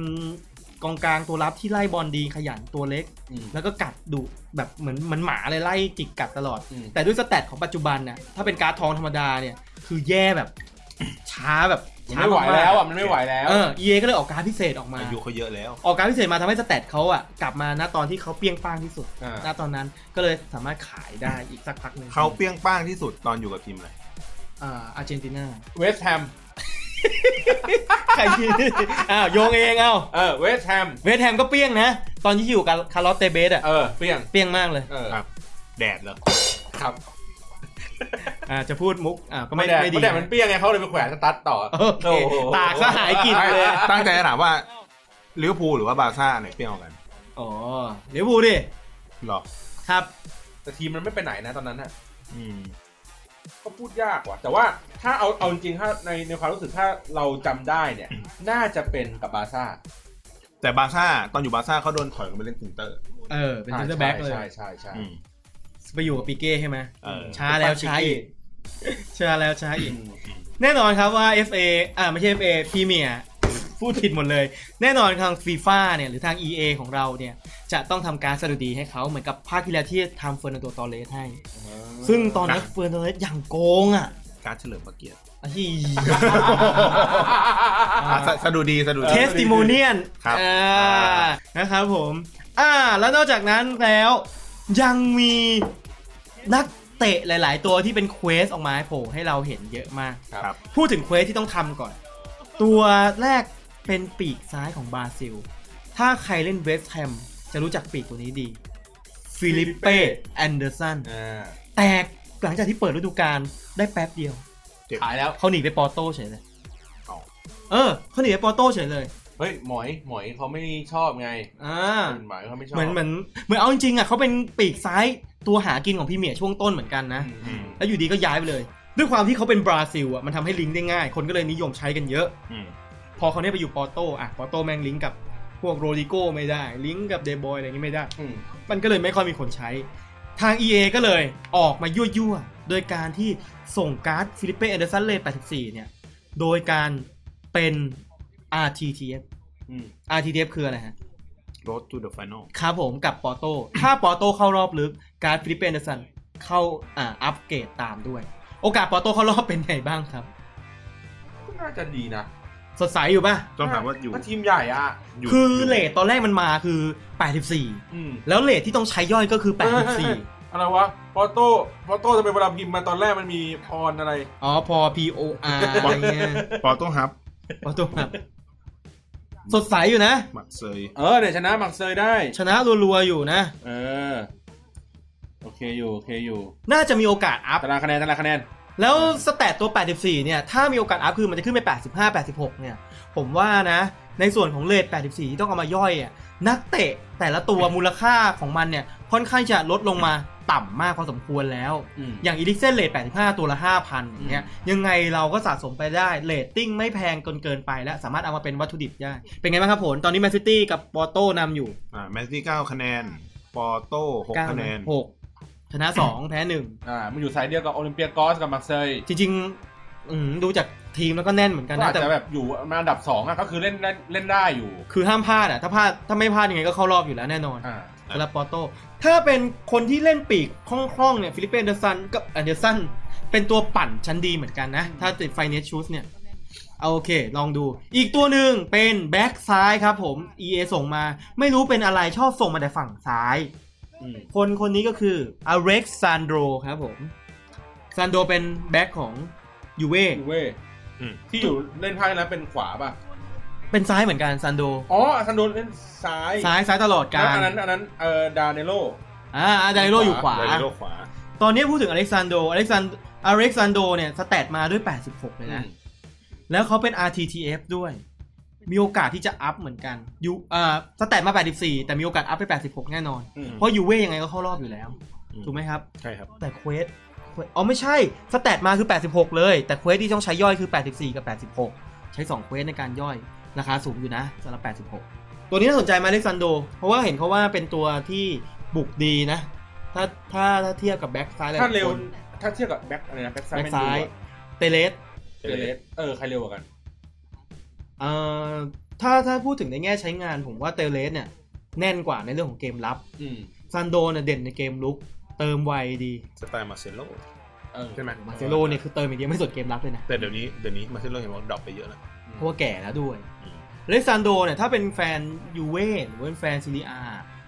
กองกลางตัวรับที่ไล่บอลดีขยันตัวเล็ก
อืม
แล้วก็กัดดุแบบเหมือนเหมือนหมาเลยไล่จิกกัดตลอด
อืม
แต่ด้วยสเตตของปัจจุบันน่ะถ้าเป็นการ์ดทองธรรมดาเนี่ย คือแย่แบบ ช้าแบบ
มันไม่ไหว
ช้าากๆ
แล้วอ่ะมันไม่ไหวแล้ว
เออเอก็เลยออกการดพิเศษออกมา
อายุเขาเยอะแล้ว
ออกการดพิเศษมาทำให้สเตตเขาอ่ะกลับมาณตอนที่เขาเปรี้ยงป้างที่สุด
า
ณตอนนั้นก็เลยสามารถขายได้อีกสักพักหนึ่ง
เขาเปรี้ยงป้างที่สุดตอนอยู่กับทีมเลย
อ่าอาร์เจนตินา
เวสต์แฮม
ใครที่อ้าวโยงเองเอ้า
เออเวสต์แฮม
เวสต์แฮมก็เปรี้ยงนะ ตอนที่อยู่กับคาร์ลอสเตเบสอ่ะ
เออเปรี้ยง
เปรี้ยงมากเลย
เออ
ครับ แดดเหรอ
ครับ
อ่าจะพูดมุกอ่าก็ไม่
แดด
ไม่ดี
ไม่แดดมันเปรี้ยงไงเขาเลยไปแขวนสตั๊ดต่อ
โอเค
โอ้โห
ตากก็หายกลิ่นเลย
ตั้งใจจะถามว่าลิเวอร์พูลหรือว่าบาร์ซ่าเนี่ยเปรี้ยงกว่ากัน
อ๋อเดี๋ยวพูดดิ
หรอ
ครับ
แต่ทีมมันไม่ไปไหนนะตอนนั้นน่ะ
อืม
ก็พูดยากว่ะแต่ว่าถ้าเอาเอาจริงๆถ้าในในความรู้สึกถ้าเราจำได้เนี่ย น่าจะเป็นกับบาร์ซ่า
แต่บาร์ซ่าตอนอยู่บาร์ซ่าเขาโดนถอยลงไปเล่นติงเตอร์
เออ เป็นเซนเตอร์แบ็กเลย
ใช่ใช่ใช่
อื
ใช่
ม
ไปอยู่กับปีเก้ใช่ไหม
เออ
ช้าแล้วช้าอีกช้าแล้วช้าอีก
อืม
แน่นอนครับว่า FA อ่าไม่ใช่ FA พรีเมียร์พูดผิดหมดเลย แน่นอนทางฟีฟ่าเนี่ยหรือทาง EA ของเราเนี่ย จะต้องทำการสดุดีให้เขาเหมือนกับภาคที่แล้วที่ทำเฟอร์นันโดตอร์เลสให้ ซึ่งตอนนั้น
ครับ
เฟอร์นันโดตอร์เลสอย่างโกงอ่ะ
การดเฉลิมพระเกียรติ
ไอ้ที่
อ่ะสะสะดุดีสะดุดี
เทสติโมเนียน
ครับ
อ่านะครับผม อ่า แล้วนอกจากนั้นแล้วยังมีนักเตะหลาย ๆ ตัวที่เป็นเควสออกมาให้โผล่ให้เราเห็นเยอะมาก
ครับ
พูดถึงเควสที่ต้องทำก่อน ตัวแรกเป็นปีกซ้ายของบราซิล ถ้าใครเล่นเวสต์แฮมจะรู้จักปีกตัวนี้ดี ฟิลิปเป้แอนเดอร์สัน
อ่า
แตกหลังจากที่เปิดฤดูกาลได้แป๊บเดียว
ขายแล้ว
เขาหนีไปปอร์โตเฉยเลย
เอา
เออ เขาหนีไปปอร์โตเฉยเลย
เฮ้ย หมอย หมอยเขาไม่ชอบไง
อ่า
หมอยเขาไม่ชอบ
เหมือนเหมือนเหมือนเอาจริงๆอ่ะเขาเป็นปีกซ้ายตัวหากินของพรี่เมียร์ช่วงต้นเหมือนกันนะ
อืม
แล้วอยู่ดีก็ย้ายไปเลย ด้วยความที่เขาเป็นบราซิลอ่ะมันทำให้ลิงก์ได้ง่าย คนก็เลยนิยมใช้กันเยอะ
อืม
พอเขาเนี่ยไปอยู่ปอร์โตอ่ะปอร์โตแม่งลิงก์กับพวกโรดิโก้ไม่ได้ ลิงก์กับเดย์บอยอะไรนี้ไม่ได้
อืม
มันก็เลยไม่ค่อยมีคนใช้ ทาง EA ก็เลยออกมายั่วยั่วๆโดยการที่ส่งการ์ดฟิลิปเป้แอนเดอร์สันเล84 เนี่ย โดยการเป็น RTTF
อืม
RTTF คืออะไรฮะ
road to the final
ครับผมกับปอร์โต ถ้าปอร์โตเข้ารอบลึกการ์ดฟิลิปเป้แอนเดอร์สันเข้าอ่าอัปเกรดตามด้วย โอกาสปอร์โตเข้ารอบเป็นไงบ้างครับ
ก็น่าจะดีนะ
สดใสอยู่ป่ะ
ต้องถามว่าอยู่
ก็ทีมใหญ่อ่ะ
ยู่
คือเลท
ยู่
ตอนแรกมันมาคือ 84
อืม
แล้วเลทที่ต้องใช้ย่อยก็คือ
เอ้ย เอ้ยเอ้ย
84
อะไรวะ พอโต้พอโต้จะเป็นเวลาพิมพ์มาตอนแรกมันมีออนอะไร
อ๋อ พอ P O R อะไรเงี้ย
ปอต้องฮับ
พอตัวแบบ สดใสอยู่นะ
หมักเซย
เออเนี่ยชนะมักเซยได้
ชนะรัวๆอยู่นะ
เออ โอเคอยู่โอเคอยู่
น่าจะมีโอกาสอัพ
ตารางคะแนนตารางคะแนน
แล้วสแตทตัว 84 เนี่ย ถ้ามีโอกาสอัพคือมันจะขึ้นไป 85 86 เนี่ย ผมว่านะ ในส่วนของเลท84 ที่ต้องเอามาย่อยอ่ะ นักเตะแต่ละตัวมูลค่าของมันเนี่ย ค่อนข้างจะลดลงมาต่ำมากพอสมควรแล้ว
อืม
อย่างอีลิกเซนเลท85 ตัวละ 5,000อย่างเงี้ย ยังไงเราก็สะสมไปได้ เลตติ้งไม่แพงจนเกินไปและสามารถเอามาเป็นวัตถุดิบได้ เป็นไงบ้างครับผล ตอนนี้แมนซิตี้กับปอร์โต้นำอยู่
อ่าแมนซี่เก้าคะแนน ปอร์โต้หก
เก้า
คะแนน
หกชนะสองแพ้หนึ่ง
อ่ามันอยู่สายเดียวกับโอลิมเปียกอสกับมักเซย
จริงๆอืมดูจากทีมแล้วก็แน่นเหมือนกัน
ก็อา
นะ
จ
แต่
จะแบบอยู่มาอันดับสองอ่ะก็คือเล่นเล่นเล่นได้อยู่
คือห้ามพลาดอ่ะ ถ้าพลาดถ้าไม่พลาดยังไงก็เข้ารอบอยู่แล้วแน่นอน
อ่า
สำหรับปอร์โต ถ้าเป็นคนที่เล่นปีกคล่องๆเนี่ยฟิลิปเปนเดอร์ซันกับอันเดอร์ซันเป็นตัวปั่นชั้นดีเหมือนกันนะ ถ้าติดไฟเนชชูสเนี่ยเอาโอเค ลองดู อีกตัวหนึ่งเป็นแบ็กซ้ายครับผม EA ส่งมา ไม่รู้เป็นอะไรชอบส่งมาแต่ฝั่งซ้าย
อืม
คนคนนี้ก็คืออเร็กซานโดรครับผมซานโดเป็นแบ็กของยูเว่
อยู่เว้ย
อืม
ที่อยู่เล่นไพ่แล้วเป็นขวาป่ะ
เป็นซ้ายเหมือนกันซานโด
อ๋ออาซันโดนเล่นซ้าย
ซ้ายซ้ายตลอดการ
แล้วอันนั้นอันนั้นเอ่อดาเนโล
อ่าอาดาริโลอยู่ขวา
ไดโลขวา
ตอนนี้พูดถึงอเล็กซานโด อเล็กซานอเล็กซานโดเนี่ยสแตทมาด้วย 86 เลยนะ แล้วเขาเป็น RTTF ด้วย มีโอกาสที่จะอัพเหมือนกันยูเอ่อสแตทมา 84 แต่มีโอกาสอัพไป 86 แน่นอน
อืม
เพราะยูเว่ยังไงก็เข้ารอบอยู่แล้ว
อืม
ถูกไหมครับ
ใช่ครับ
แต่เควสเควสอ๋อไม่ใช่ สแตทมาคือ 86 เลย แต่เควสที่ต้องใช้ย่อยคือ 84 กับ 86 ใช้ 2 เควสในการย่อย ราคาสูงอยู่นะสำหรับ 86 ตัวนี้น่าสนใจไหมาเล็กซันโด เพราะว่าเห็นเขาว่าเป็นตัวที่บุกดีนะ ถ้าถ้าถ้าเทียบกับแบ็กซ้ายหลยๆ
ถ้าเร็ว
คน
ถ้าเทียบกับแบ็คอะไรนะแบ็คซ้าย
แบ็ก
แมน
ซ้าย
ยูอะ
เตเลส
เตเลสเออ ใครเร็วกว่ากัน
เอ่อถ้าถ้าพูดถึงในแง่ใช้งานผมว่าเตเลสเนี่ย แน่นกว่าในเรื่องของเกมรับ
อืม
ซันโดเนี่ยเด่นในเกมลุก เติมไวดี
สไตล์มาเซโล
เออ
ใช่ไหม
มาเซโลเนี่ยคือเติมอย่างเดียวไม่สนเกมรับเลยนะ
แต่เดี๋ยวนี้เดี๋ยวนี้มาเซโลเห็นว่าดรอปไปเยอะแล้ว
เพราะว่าแก่แล้วด้วย
อืม
เลซานโดเนี่ยถ้าเป็นแฟนยูเว่หรือว่าเป็นแฟนซีเรียอา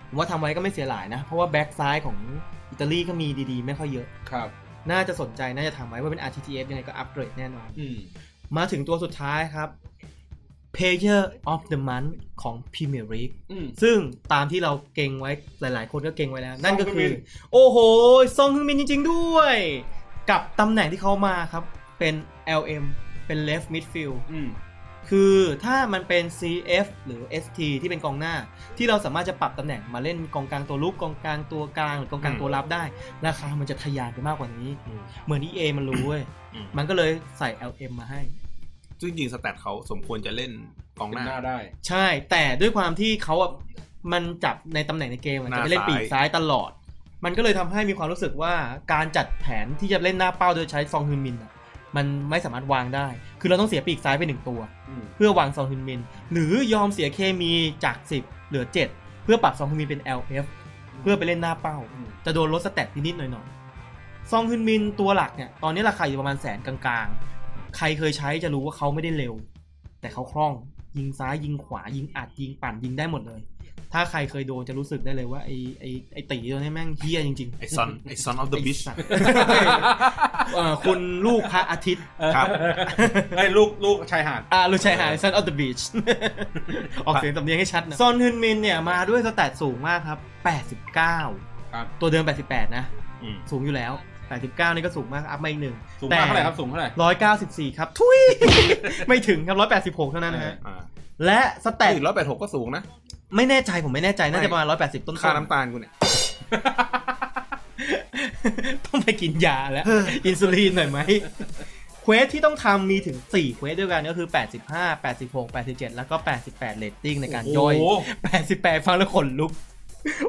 ผมว่าทำไว้ก็ไม่เสียหลายนะ เพราะว่าแบ็กซ้ายของอิตาลีก็มีดีๆ ไม่ค่อยเยอะ
ครับ
น่าจะสนใจน่าจะทำไว้ว่าเป็น RTTF ยังไงก็อัปเกรดแน่นอน
อืม
มาถึงตัวสุดท้ายครับ Player of the Month ของ Premier League
อืม
ซึ่งตามที่เราเก่งไว้หลาย ๆ คนก็เก่งไว้แล้ว นั่นก็
ซองฮึ่ง
คื
มิ
อ
น
โอ้โห ซองฮึ่งมินจริง ๆ ด้วย กับตำแหน่งที่เขามาครับ เป็น LM เป็น left midfield
อืม
คือถ้ามันเป็น CF หรือ ST ที่เป็นกองหน้า ที่เราสามารถจะปรับตำแหน่งมาเล่นกองกลางตัวลุกกองกลางตัวกลางหรือกองกลางตัวรับได้ ราคามันจะทะยานไปมากกว่านี้
อืม
เหมือน EA มันรู้เว้ย
อืม
มันก็เลยใส่ LM มาให้
ซึ่งจริงๆสแตทเขาสมควรจะเล่นกองห
เป็นห
น้า
น้าได้
ใช่ แต่ด้วยความที่เขาอ่ะมันจับในตำแหน่งในเกมอะ
ห
จะ
น้า
ไปเล่น
ซ้าย
ปีกซ้ายตลอด มันก็เลยทำให้มีความรู้สึกว่าการจัดแผนที่จะเล่นหน้าเป้าโดยใช้ซองฮึนมินอะมันไม่สามารถวางได้ คือเราต้องเสียปีกซ้ายไปหนึ่งตัว
อื ม
เพื่อวางซองฮึนมิน หรือยอมเสียเคมีจาก 10 เหลือ 7 เพื่อปรับซองฮึนมินเป็น LF เพื่อไปเล่นหน้าเป้า
อืม
จะโดนลดสแตทนิดๆหน่อยๆซองฮึนมินตัวหลักเนี่ยตอนนี้ราคาอยู่ประมาณแสนกลางๆ ใครเคยใช้จะรู้ว่าเขาไม่ได้เร็ว แต่เขาคล่องยิงซ้ายยิงขวายิงอัดยิงปั่นยิงได้หมดเลย ถ้าใครเคยโดนจะรู้สึกได้เลยว่าไอ้ไอ้ไอ้ตีตัวนี้แม่งเฮี้ยจริงๆ
ไอซอนไอซอนออฟเดอะบิช
ไสัตว์ เอ่อคุณลูกพระอาทิตย์
ครับ
ไอ้ยลูกลูกชายหาด
อ่าลูชัยหาซันออฟเดอะบีช ออกเสียงสำเนียงให้ชัดนะ ซอนฮึนมินเนี่ยมาด้วยสแตทสูงมากครับ 89
ครับ
ตัวเดิม 88 นะ
อืม
สูงอยู่แล้ว 89 นี่ก็สูงมากอัพมาอีกหนึ่ง
สูงมากเท่าไหร่ครับ สูงเท่าไหร่
บ194 ครับ ทุย ไม่ถึงครับ 186 เท่านั้นนะฮะ
อ่า
และสแต
แต่
ท
ร้อยแปดหกก็สูงนะ
ไม่แน่ใจผมไม่แน่ใจ น่าจะประมาณ 180 ต้นๆ
ค่าน้ำตาลกูเนี่ย
ต้องไปกินยาแล้ว อินซูลินหน่อยไหม เควสที่ต้องทำมีถึง 4 เควสด้วยกันก็คือ 85 86 87 แล้วก็ 88เลตติ้งในการย่อย
โอ้โห
แปดสิบแปดฟังแล้วขนลุก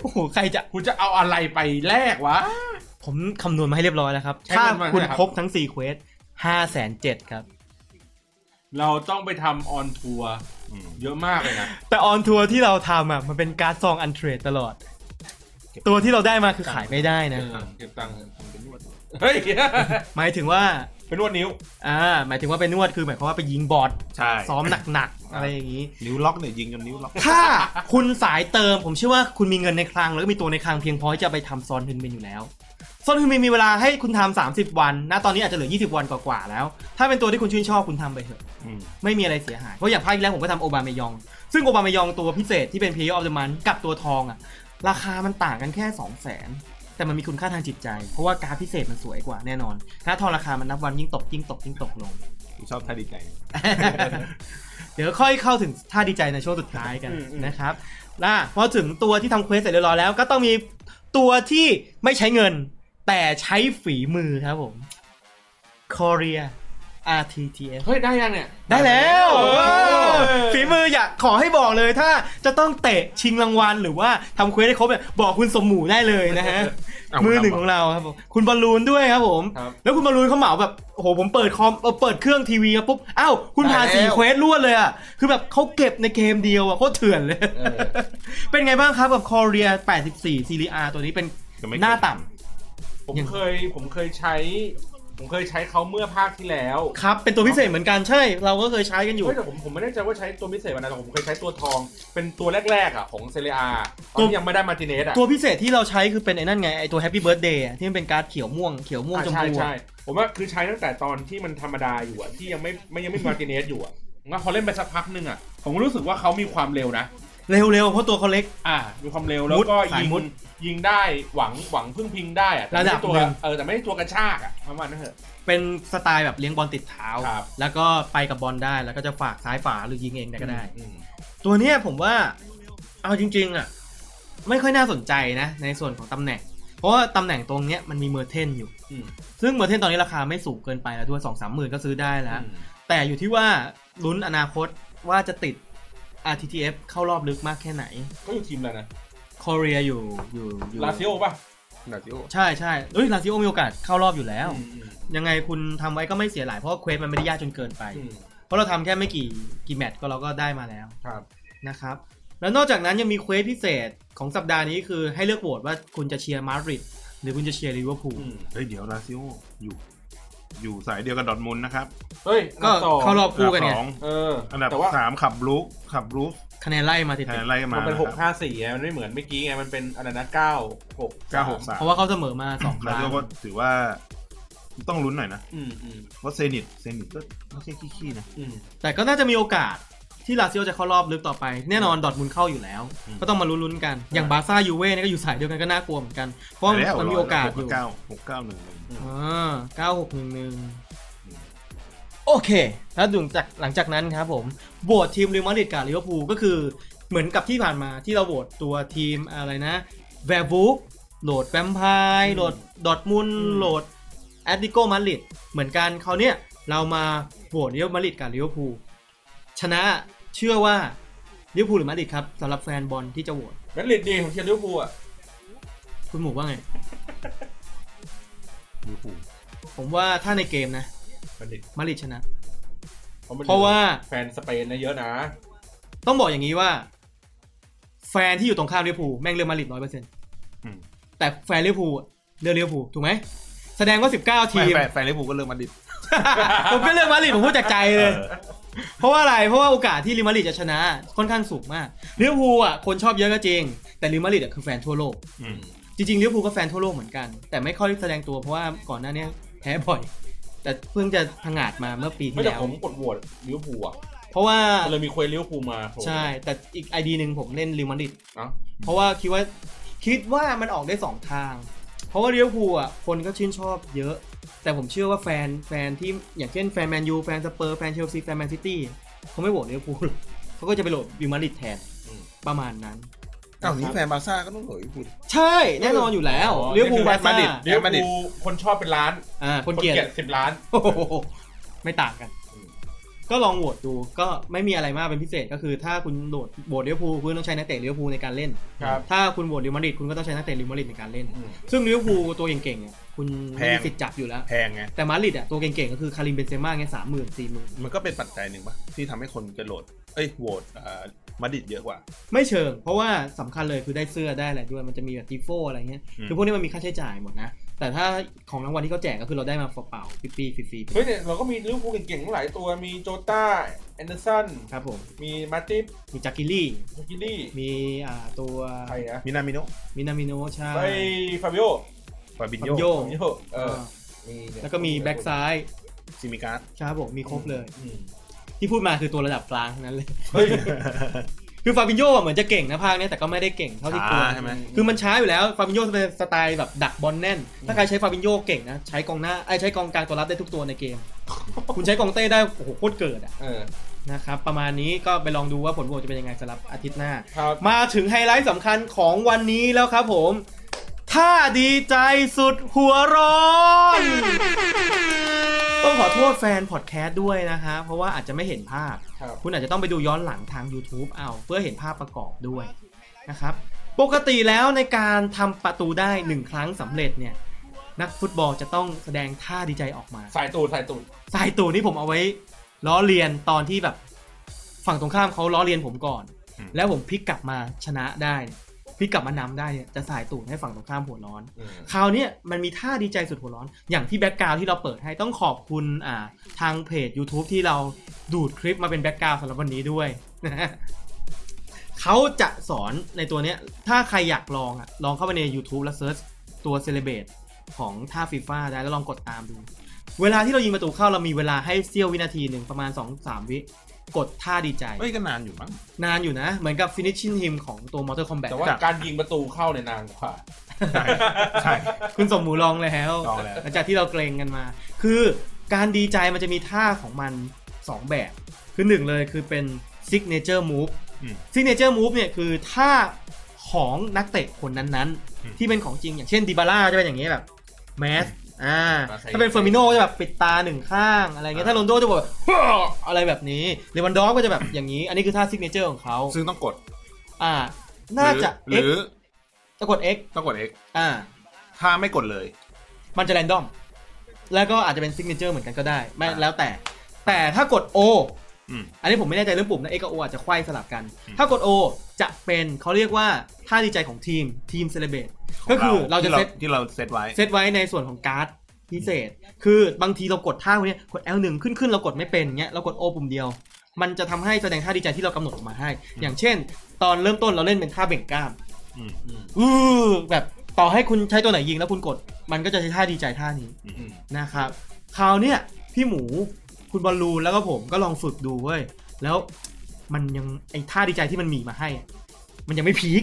โอ้โห ใครจะ
คุณจะเอาอะไรไปแลกวะ
ผมคำนวณมาให้เรียบร้อยแล้วครับ
ใช้
ถ้า
เงินมา
คุณ
เท่าไหร่ครับ
ครบทั้งสี่เควสห้าแสนเจ็ดครับ
เราต้องไปทำออนทัวร์
อืม
เยอะมากเลยนะ
แต่ออนทัวร์ที่เราทำอ่ะ มันเป็นการ์ดซองอันเทรดตลอด
เก็บ
ตัวที่เราได้มาคือขายไม่ได้นะ
เออเก็บตังค์
เป็นนวด
เฮ้ย
หมายถึงว่า
เป็นนวดนิ้ว
อ่า หมายถึงว่าไปนวดคือหมายความว่าไปยิงบอด
ใช่
ซ้อมหนักๆ อะไรอย่างนี้
นิ้วล็อกเนี่ยยิงจนนิ้วล็อก
ถ้าคุณสายเติมผมเชื่อว่าคุณมีเงินในคลังแล้วก็มีตัวในคลังเพียงพอที่จะไปทำซอนฮึนเป็นอยู่แล้ว ซอนฮึนมินมีเวลาให้คุณทำ30 วันนะตอนนี้อาจจะเหลือ 20 วันกว่าๆแล้ว ถ้าเป็นตัวที่คุณชื่นชอบคุณทำไปเถอะ
อืม
ไม่มีอะไรเสียหาย เพราะอย่างภาคที่แล้วผมก็ทำโอบาเมยอง ซึ่งโอบาเมยองตัวพิเศษที่เป็น Player of the Month กับตัวทองอะราคามันต่างกันแค่ 2 0 0 0 0 0 แต่มันมีคุณค่าทางจิตใจ เพราะว่าการดพิเศษมันสวยกว่าแน่นอนการดทองราคามันนับวันยิ่งตกยิ่งตกยิ่งตกลง
ผมชอบท่าดีใจ
เดี๋ยวค่อยเข้าถึงท่าดีใจในช่วงสุดท้ายกัน
อืมอืม
นะครับนะพอถึงตัวที่ทำเควสเสร็จเรียบร้อยแล้ว ก็ต้องมีตัวที่ไม่ใช้เงิน แต่ใช้ฝีมือครับผม Korea RTTF
เฮ้ย ได้ยังเนี่ย
ได้แล้ว
โอ้โห
เออฝีมืออยากขอให้บอกเลยถ้าจะต้องเตะชิงรางวัลหรือว่าทำเควสให้ครบเนี่ยบอกคุณสมหมูได้เลยนะฮะ
เอา
มือหนึ่ง
ครับ
ของเราครับผมคุณบอลลูนด้วยครับผม
ครับ
แล้วคุณบอลลูนเขาเหมาแบบโอ้โหผมเปิดคอมเออเปิดเครื่องทีวีมาปุ๊บอ้าวคุณผ่าน
ได้แล้ว
สี่เควสรวดเลยอ่ะคือแบบเขาเก็บในเกมเดียวอ่ะโคตรเถื่อนเลย
เออ
เป็นไงบ้างครับกับคอเรีย 84 ซีรีอาตัวนี้เป็น
ยังไม่เคย
หน้าต่
ผมเคยผมเคยใช้ ผมเคยใช้เขาเมื่อภาคที่แล้ว
ำครับ เป็นตัวพิเศษเหมือนกันใช่ เราก็เคยใช้กันอยู่
เฮ้ยแต่ผมผมไม่แน่ใจว่าใช้ตัวพิเศษวันไหนแต่ผมเคยใช้ตัวทอง เป็นตัวแรกๆอ่ะของเซเรียต
ตัว
อนที่ยังไม่ได้มาร์ติเนสอ่ะ
ตัวพิเศษที่เราใช้คือเป็นไอ้นั่นไงไอ้ตัว Happy Birthday อะที่มันเป็นการ์ดเขียวม่วงเขียวม่วง
อ่า
ชม
ใช่
พูอะ
ใช่ผมว่าคือใช้ตั้งแต่ตอนที่มันธรรมดาอยู่อ่ะที่ยังไม่ไม่ยังไม่มีมาร์ติเนสอยู่อ่ะงั้นพอเล่นไปสักพักหนึงอ่ะผมก็รู้สึกว่าเขามีความเร็วนะ
เร็วๆเพราะตัวเขาเล็ก
อ่ามีความเร็วแล้ว
มุด
ก็
สาย
ยิง
มุด
ยิงได้หวังหวังพึ่งพิงได้อะแต่ไม่
ระดั
ใช่
บ
ตัว
หนึ่ง
เออแต่ไม่ใช่ตัวกระชากอ่ะประมาณนั้นเถอะ
เป็นสไตล์แบบเลี้ยงบอลติดเท้า
ครับ
แล้วก็ไปกับบอลได้แล้วก็จะฝากซ้ายฝาหรือยิงเองได้ก็ได้
อืม
ตัวเนี้ยผมว่าเอาจริง ๆอ่ะไม่ค่อยน่าสนใจนะ ในส่วนของตำแหน่ง เพราะว่าตำแหน่งตรงเนี้ยมันมีเมอร์เทนอยู่
อืม
ซึ่งเมอร์เทนตอนนี้ราคาไม่สูงเกินไปแล้วด้วยสองสามหมื่นก็ซื้อได้แล้ว
อืม
แต่อยู่ที่ว่าลุ้นอนาคตว่าจะติด RTTF เข้ารอบลึกมากแค่ไหน
ก็อยู่ทีมแล้วนะ
คอเรียอยู่อยู่อยู่
ลาซิโอป่ะ
หนาซิโอ
ใช่ใช่เอ้ยลาซิโอมีโอกาสเข้ารอบอยู่แล้ว
อืมอืม
ยังไงคุณทำไว้ก็ไม่เสียหลายเพราะว่าเควสมันไม่ได้ยากจนเกินไป
อืม
เพราะเราทำแค่ไม่กี่กี่แมตช์ก็เราก็ได้มาแล้ว
ครับ
นะครับแล้วนอกจากนั้นยังมีเควสพิเศษของสัปดาห์นี้คือให้เลือกโหวตว่าคุณจะเชียร์มาดริดหรือคุณจะเชียร์ลิเวอร์พูล
อืม
เฮ้ยเดี๋ยวลาซิโออยู่ อยู่สายเดียวกับดอร์ทมุนด์นะครับ
เฮ้ย
ก็
อันดับสอง
เข้ารอบคู่กัน
อั
เนี่
ดับ
ย
สอง
เออ
อันดับ
แต่ว่า
สามขับลูฟขับลูฟ
คะแนนไล่มาติด
แทนไล่มา
มันเป็น
นะ
หก
ครับ
ห้าสี่ไงมันไม่เหมือนเมื่อกี้ไงมันเป็นอะไรนะเก้าหก
เก้าหก
ๆ
สาม
เพราะว่าเขาเสมอมาสองค
ลา
รั้ง
ซิโอก็ถือว่า ต้องลุ้นหน่อยนะ
อืมอืม
เพราะเซนิตเซนิตก็ไม่ใช่ขี้ๆนะ
อืม
แต่ก็น่าจะมีโอกาสที่ลาซิโอจะเข้ารอบลึกต่อไป แน่นอนดอร์ทมุนด์เข้าอยู่แล้ว
อืม
ก็ต้องมาลุ้นๆกัน อย่างบาร์ซ่ายูเว่เนี่ยก็อยู่สายเดียวกันก็น่ากลัวเหมือนกัน เพราะ
แล้ว
มันมีโอกาสอยู่
เก้าหกเก้าหนึ่งหนึ่ง
อ่าเก้าหกหนึ่งหนึ่งโอเค แล้วหลังจากหลังจากนั้นครับผมโหวตทีมเรอัลมาดริดกับลิเวอร์พูลก็คือเหมือนกับที่ผ่านมาที่เราโหวตตัวทีมอะไรนะแวร์บูฟโหลดแวมไพร์โหลดดอทมุนโหลดแอตติโกมาดริดเหมือนกันเขาวเนี่ยเรามาโหวตเรอัลมาดริดกับลิเวอร์พูลชนะเชื่อว่าลิเวอร์พูลหรือมาดริดครับสำหรับแฟนบอลที่จะโหวต
แมนลิดดีของเชียร์ลิเวอร์พูลอ่ะ
คุณหมูว่าไง
ลิเวอร์พูล
ผมว่าถ้าในเกมนะ
แมนลิด
มาดริดชนะ
มัน
เพราะว่า
แฟนสเปนนะเยอะนะ
ต้องบอกอย่างนี้ว่า แฟนที่อยู่ตรงข้ามลิเวอร์พูลแม่งเลือกมาดริดร้อยเปอร์เซ็นต์
อืม
แต่แฟนลิเวอร์พูลเลือกลิเวอร์พูลถูกไหมแสดงว่าสิบเก้า19 ทีม
แฟนแฟนลิเวอร์พูลก็เริ่มมาดิด
ผมก็เลือกมาดริดผมพูดจากใจเลย
เออ
เพราะว่าอะไรเพราะว่าโอกาสที่ลิมาดริดจะชนะค่อนข้างสูงมากลิเวอร์พูลอ่ะคนชอบเยอะก็จริง แต่ลิมาดริดอ่ะคือแฟนทั่วโลก
อืม
จริงๆลิเวอร์พูลก็แฟนทั่วโลกเหมือนกัน แต่ไม่ค่อยแสดงตัวเพราะว่าก่อนหน้าเนี้ยแพ้บ่อย แต่เพิ่งจะพังอาจมาเมื่อปี
ไม่
ที่
แต่
แล้ว
ผมกดโหวตลิเวอร์พูลอ่ะ
เพราะว่า
มันเลยมีเควสลิเวอร์พูลมาโผล่
ใช่แต่อีกไอดีหนึ่งผมเล่นลิมาดริด
เอ้า
เพราะว่าคิดว่าคิดว่ามันออกได้สองทาง เพราะว่าเลี้ยวภูลอ่ะคนก็ชื่นชอบเยอะ แต่ผมเชื่อว่าแฟนแฟนที่อย่างเช่นแฟนแมนยูแฟนสเปอร์แฟนเชลซีแฟนแมนซิตี้เขาไม่โหวตเลี้ยวภูลหรอกเขาก็จะไปโหลดบิวมาริดแทน
อืม
ประมาณนั้น
อ้าวนี้แฟนบาร์ซ่าก็ต้องเหลือลิเวอร์พูล
ใช่แน่นอนอยู่แล้ว
อ๋อ
เลี้ยวภูล
นี่คือ
มา
แมนมาด
ดิ
ริด
ลิเวอร์พูลคนชอบเป็นล้าน
อ่าคนเกลียด
สิบล้าน
โอ้โหไม่ต่างกัน ก็ลองโหวตดูก็ไม่มีอะไรมากเป็นพิเศษก็คือ ถ้าคุณโหวตโหวตเลี้ยวภูลคุณต้องใช้นักเตะเลี้ยวภูลในการเล่น
ครับ
ถ้าคุณโหวตเรอัลมาดริดคุณก็ต้องใช้นักเตะเรอัลมาดริดในการเล่น
อืม
ซึ่งลิเวอร์พูลตัวเก่งๆเนี่ยคุณไม่มีสิทธิ์จับอยู่แล้ว
แพงไง
แต่มาดริดอ่ะตัวเก่งๆก็คือคาริมเบนเซม่าเงี้ยสามหมื่นสี่หมื่น
มันก็เป็นปัจจัยหนึ่งปะที่ทำให้คนกระโดดเอ้ยโหวตอ่ามาดริดเยอะกว่า
ไม่เชิง เพราะว่าสำคัญเลยคือได้เสื้อได้อะไรด้วยมันจะมีแบบติโฟอะไรเงี้ย
อืม
คือพวกนี้มันมีค่าใช้จ่ายหมดนะ แต่ถ้าของรางวัลที่เขาแจกก็คือเราได้มาเปล่าๆฟรีๆฟรี
เฮ้ยเนี่ยเราก็มีลิเวอร์พูลเก่งๆทั้งหลายตัวมีโจต้าแอนเดอร์สัน
ๆครับผม
มีมาติป
มีจากกิลี่
สกิลลี่
มีอ่าตัว
ใครนะ
มินามิโนะ
มินามิโนใช่
ไอฟาบิโอ
ฟาบิน
ฟั
โย
บโย
ผมโยกเออมีเนี่ย
แล้วก็มีแบ็กซ้าย
ซิมิการ์ด
ครับผมมีครบเลย
อืม
ที่พูดมาคือตัวระดับกลางทั้งนั้นเลย
เฮ้ย
คือฟาบินโยเหมือนจะเก่งนะภาคเนี้ยแต่ก็ไม่ได้เก่ง เท่าที่ควร
ช้าใช่ไหม
คือมันช้าอยู่แล้วฟาบินโยเป็นสไตล์แบบดักบอลแน่น ถ้าใครใช้ฟาบินโยเก่งนะ ใช้กองหน้าไอ้ยใช้กองกลางตัวรับได้ทุกตัวในเกม คุณใช้กองเต้ได้โอ้โหโคตรเกิดอะ
เออ
นะครับประมาณนี้ก็ไปลองดูว่าผลโหวตจะเป็นยังไงสำหรับอาทิตย์หน้า
ครับ
มาถึงไฮไลท์สำคัญของวันนี้แล้วครับผม ถ้าดีใจสุดหัวร้อน ต้องขอโทษแฟนพอดแคสต์ด้วยนะฮะ เพราะว่าอาจจะไม่เห็นภาพ
ครับ
คุณอาจจะต้องไปดูย้อนหลังทาง YouTube เอาเพื่อเห็นภาพประกอบด้วยนะครับ ปกติแล้วในการทำประตูได้หนึ่งครั้งสำเร็จเนี่ย นักฟุตบอลจะต้องแสดงท่าดีใจออกมา
สายตูดสายตูด
สายตูนี่ผมเอาไว้ล้อเลียนตอนที่แบบ ฝั่งตรงข้ามเขาล้อเลียนผมก่อน
อืม
แล้วผมพลิกกลับมาชนะได้เนี่ยพลิกกลับมานำได้เนี่ยจะสายตูดให้ฝั่งตรงข้ามหัวร้อน
อืม
คราวเนี้ยมันมีท่าดีใจสุดหัวร้อน อย่างที่แบ็กกราวด์ที่เราเปิดให้ต้องขอบคุณอ่าทางเพจ YouTube ที่เราดูดคลิปมาเป็นแบ็กกราวด์สำหรับวันนี้ด้วย นะฮะเขาจะสอนในตัวเนี้ยถ้าใครอยากลองอ่ะลองเข้าไปใน YouTube แล้วเซิร์ชตัวเซเลเบ e ของท่าฟีฟ่าได้แล้วลองกดตามดู เวลาที่เรายิงประตูเข้าเรามีเวลาให้เสี้ยววินาทีหนึ่งประมาณ 2-3 วิกดท่าดีใจ
เฮ้ยก็นานอยู่มั้ง
นานอยู่นะ เหมือนกับ finishing him ของตัว Mortal Kombat
แต่ว่าการยิงประตูเข้าเนี่ยนานกว่า
ใช่ใช่
คุณสมหมูลองแล้ว
ลองแล้ว
หลังจากที่เราเกรงกันมา คือการดีใจมันจะมีท่าของมัน 2 แบบ คือหนึ่งเลยคือเป็น signature move
อืม
signature move เนี่ยคือท่าของนักเตะคนนั้น
อืม
ๆ ที่เป็นของจริงอย่างเช่นดิบาร่าจะเป็นอย่างนี้แบบแมสอ่า
มาใส่
ถ้าเป็นเฟอร์มิโนจะแบบปิดตาหนึ่งข้างอะไรเงี้ยถ้าโรนโดจะแบบ อะไรแบบนี้เลวันดอฟก็จะแบบอย่างนี้ อันนี้คือท่า signature ของเขา
ซึ่งต้องกด
อ่าน่าจะ
หรื
X
อหรือ
จะกด X
ต้องกด X
อ่า
ถ้าไม่กดเลย
มันจะแรนดอม แล้วก็อาจจะเป็นซิกเนเจอร์เหมือนกันก็ได้ ไม่
อ่า
แล้วแต่ แต่ถ้ากด O
อืม
อันนี้ผมไม่แน่ใจเรื่องปุ่มนะ X กับ O อาจจะไขว้สลับกัน
อืม
ถ้ากด O จะเป็นเขาเรียกว่าท่าดีใจของทีมทีมเซเลเบตก็คือเราจะเซต
ที่เราเซตไว้
เซตไว้ในส่วนของการ์ดพิเศษ คือบางทีเรากดท่าพวกเนี้ยกด L1 ขึ้นขึ้นเรากดไม่เป็นเงี้ยเรากด O ปุ่มเดียว มันจะทำให้แสดงท่าดีใจที่เรากำหนดออกมาให้ อย่างเช่น ตอนเริ่มต้นเราเล่นเป็นท่าเบ่งกล้าม
อืม
อืม
อือแบบต่อให้คุณใช้ตัวไหนยิงแล้วคุณกด มันก็จะใช้ท่าดีใจท่านี้
อืม
นะครับคราวเนี้ยพี่หมูคุณบอลลูนแล้วก็ผมก็ลองฝึกดูเว้ยแล้วมันยังไอ้ท่าดีใจที่มันมีมาให้อะมันยังไม่พีค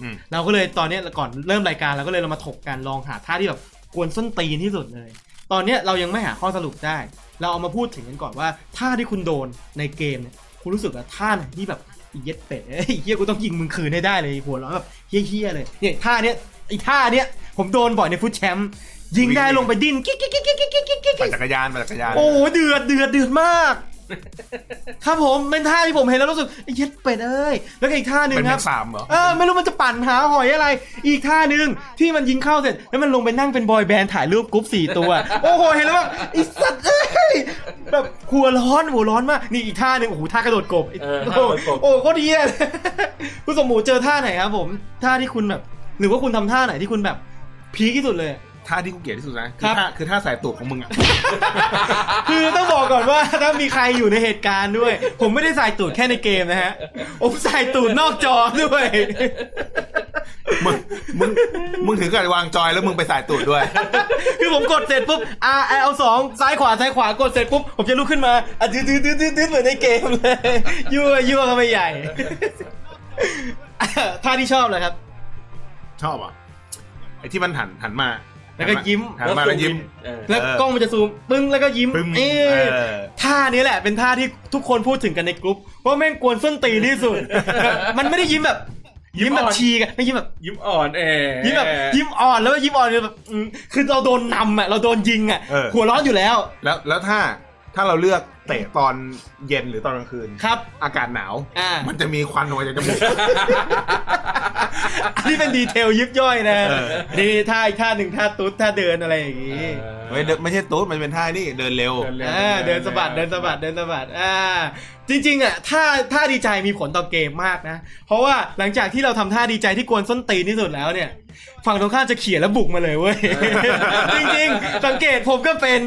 อืม
เราก็เลยตอนเนี้ยก่อนเริ่มรายการเราก็เลยเรามาถกกันลองหาท่าที่แบบกวนส้นตีนที่สุดเลย ตอนเนี้ยเรายังไม่หาข้อสรุปได้ เราเอามาพูดถึงกันก่อนว่าท่าที่คุณโดนในเกมเนี่ยคุณรู้สึกว่าท่าไหนที่แบบอีเย็ดเป็ดเอ้ยเฮียกูต้องยิงมึงคืนให้ได้เลยหัวเร้อนแบบเฮี้ยๆเลยเนี่ยท่าเนี้ยไอ้ท่าเนี้ยผมโดนบ่อยในฟุตแชมป์ยิงได้ลงไปดิ้นกิ๊กกิ๊กกิ๊กกิ๊กกิ๊กกิ๊กกิ๊ก
ปั่นจักรยานปั่นจักรยาน
โอ้โหเดือดเดือดเดือดมาก ครับผมเป็นท่าที่ผมเห็นแล้วรู้สึกไอ้เย็ดเป็ดเอ้ยแล้วก็อีกท่าหนึ่ง
เป็น
ค
แม็
รับ
กสามเหรอ
เออไม่รู้มันจะปั่นหาหอยอะไร อีกท่าหนึ่งที่มันยิงเข้าเสร็จ แล้วมันลงไปนั่งเป็นบอยแบนด์ถ่ายรูปกรุ๊ปสี่ตัว โอ้โหเห็นแล้วแบบไอ้สัตว์เอ้ยแบบหัวร้อนหัวร้อนมากนี่อีกท่าหนึ่งโอ้โหท่ากระโดดกบ
เออ
โอ้
ห้า
โห
คนกบ
โอ้โหโคตรเยี่ยเลย คุณสมหมูเจอท่าไหนครับผมท่าที่คุณแบบ หรือว่าคุณทำท่าไหนที่คุณแบบพีคที่สุดเลยอะ
ท่าที่กูเกลียดที่สุดนะ
ครับ
ท่าคือท่าสายตูดของมึงอ่ะ
คือต้องบอกก่อนว่าถ้ามีใครอยู่ในเหตุการณ์ด้วย ผมไม่ได้สายตูดแค่ในเกมนะฮะ ผมสายตูดนอกจอด้วย
มึง มึง มึงถึงกับวางจอยแล้วมึงไปสายตูดด้วย
คือผมกดเสร็จปุ๊บ R L สองซ้ายขวาซ้ายขวากดเสร็จปุ๊บ ผมจะลุกขึ้นมาอ่ะดืดดืดดืดดืดเหมือนในเกมเลยยั่วยั่วเข้าไปใหญ่ท่าที่ชอบเลยครับ
ชอบอ่ะ ไอ้ที่มันหันหันมา
แล้วก็ยิ้ม
หันมาแล้วยิ้ม
เออ
แล้วกล้องมันจะซูมปึ้งแล้วก็ยิ้ม
ปึ้ม
เอ๊
เอะ อ
ท่านี้แหละเป็นท่าที่ทุกคนพูดถึงกันในกลุ่มว่าแม่งกวนส้นตีนที่สุด แบบมันไม่ได้ยิ้มแบบ
ยิ้
ยิ้ม
ม
แบ
อ่อน
บชีกันไม่ยิ้มแบบ
ยิ้มอ่อนเอ
ยิ้มแบบยิ้มอ่อนแล้วก็ยิ้มอ่อนแบบอืมคือเราโดนนำอ่ะเราโดนยิงอ่ะ
เออ
หัวร้อนอยู่แล้ว
แล้วแล้วถ้าถ้าเราเลือกเตะตอนเย็นหรือตอนกลางคืน
ครับ
อากาศหนาว
อ่า
มันจะมีควันออกมาจากจมูก
อันนี่เป็นดีเทลยิบย่อยนะ
เออ
นี่ท่าอีกท่าหนึ่งท่าตุ๊ดท่าเดินอะไรอย่างงี้
เฮ้ยเดินไม่ใช่ตูดมันเป็นท่านี่เดินเร็ว
อ่าเดินสะบัดเดินสะบัดเดินสะบัดอ่าจริงๆอ่ะท่าท่าดีใจมีผลต่อเกมมากนะ เพราะว่าหลังจากที่เราทำท่าดีใจที่กวนส้นตีนที่สุดแล้วเนี่ย ฝั่งตรงข้ามจะเขี่ยแล้วบุกมาเลยเว้ย จริงๆ สังเกตผมก็เป็น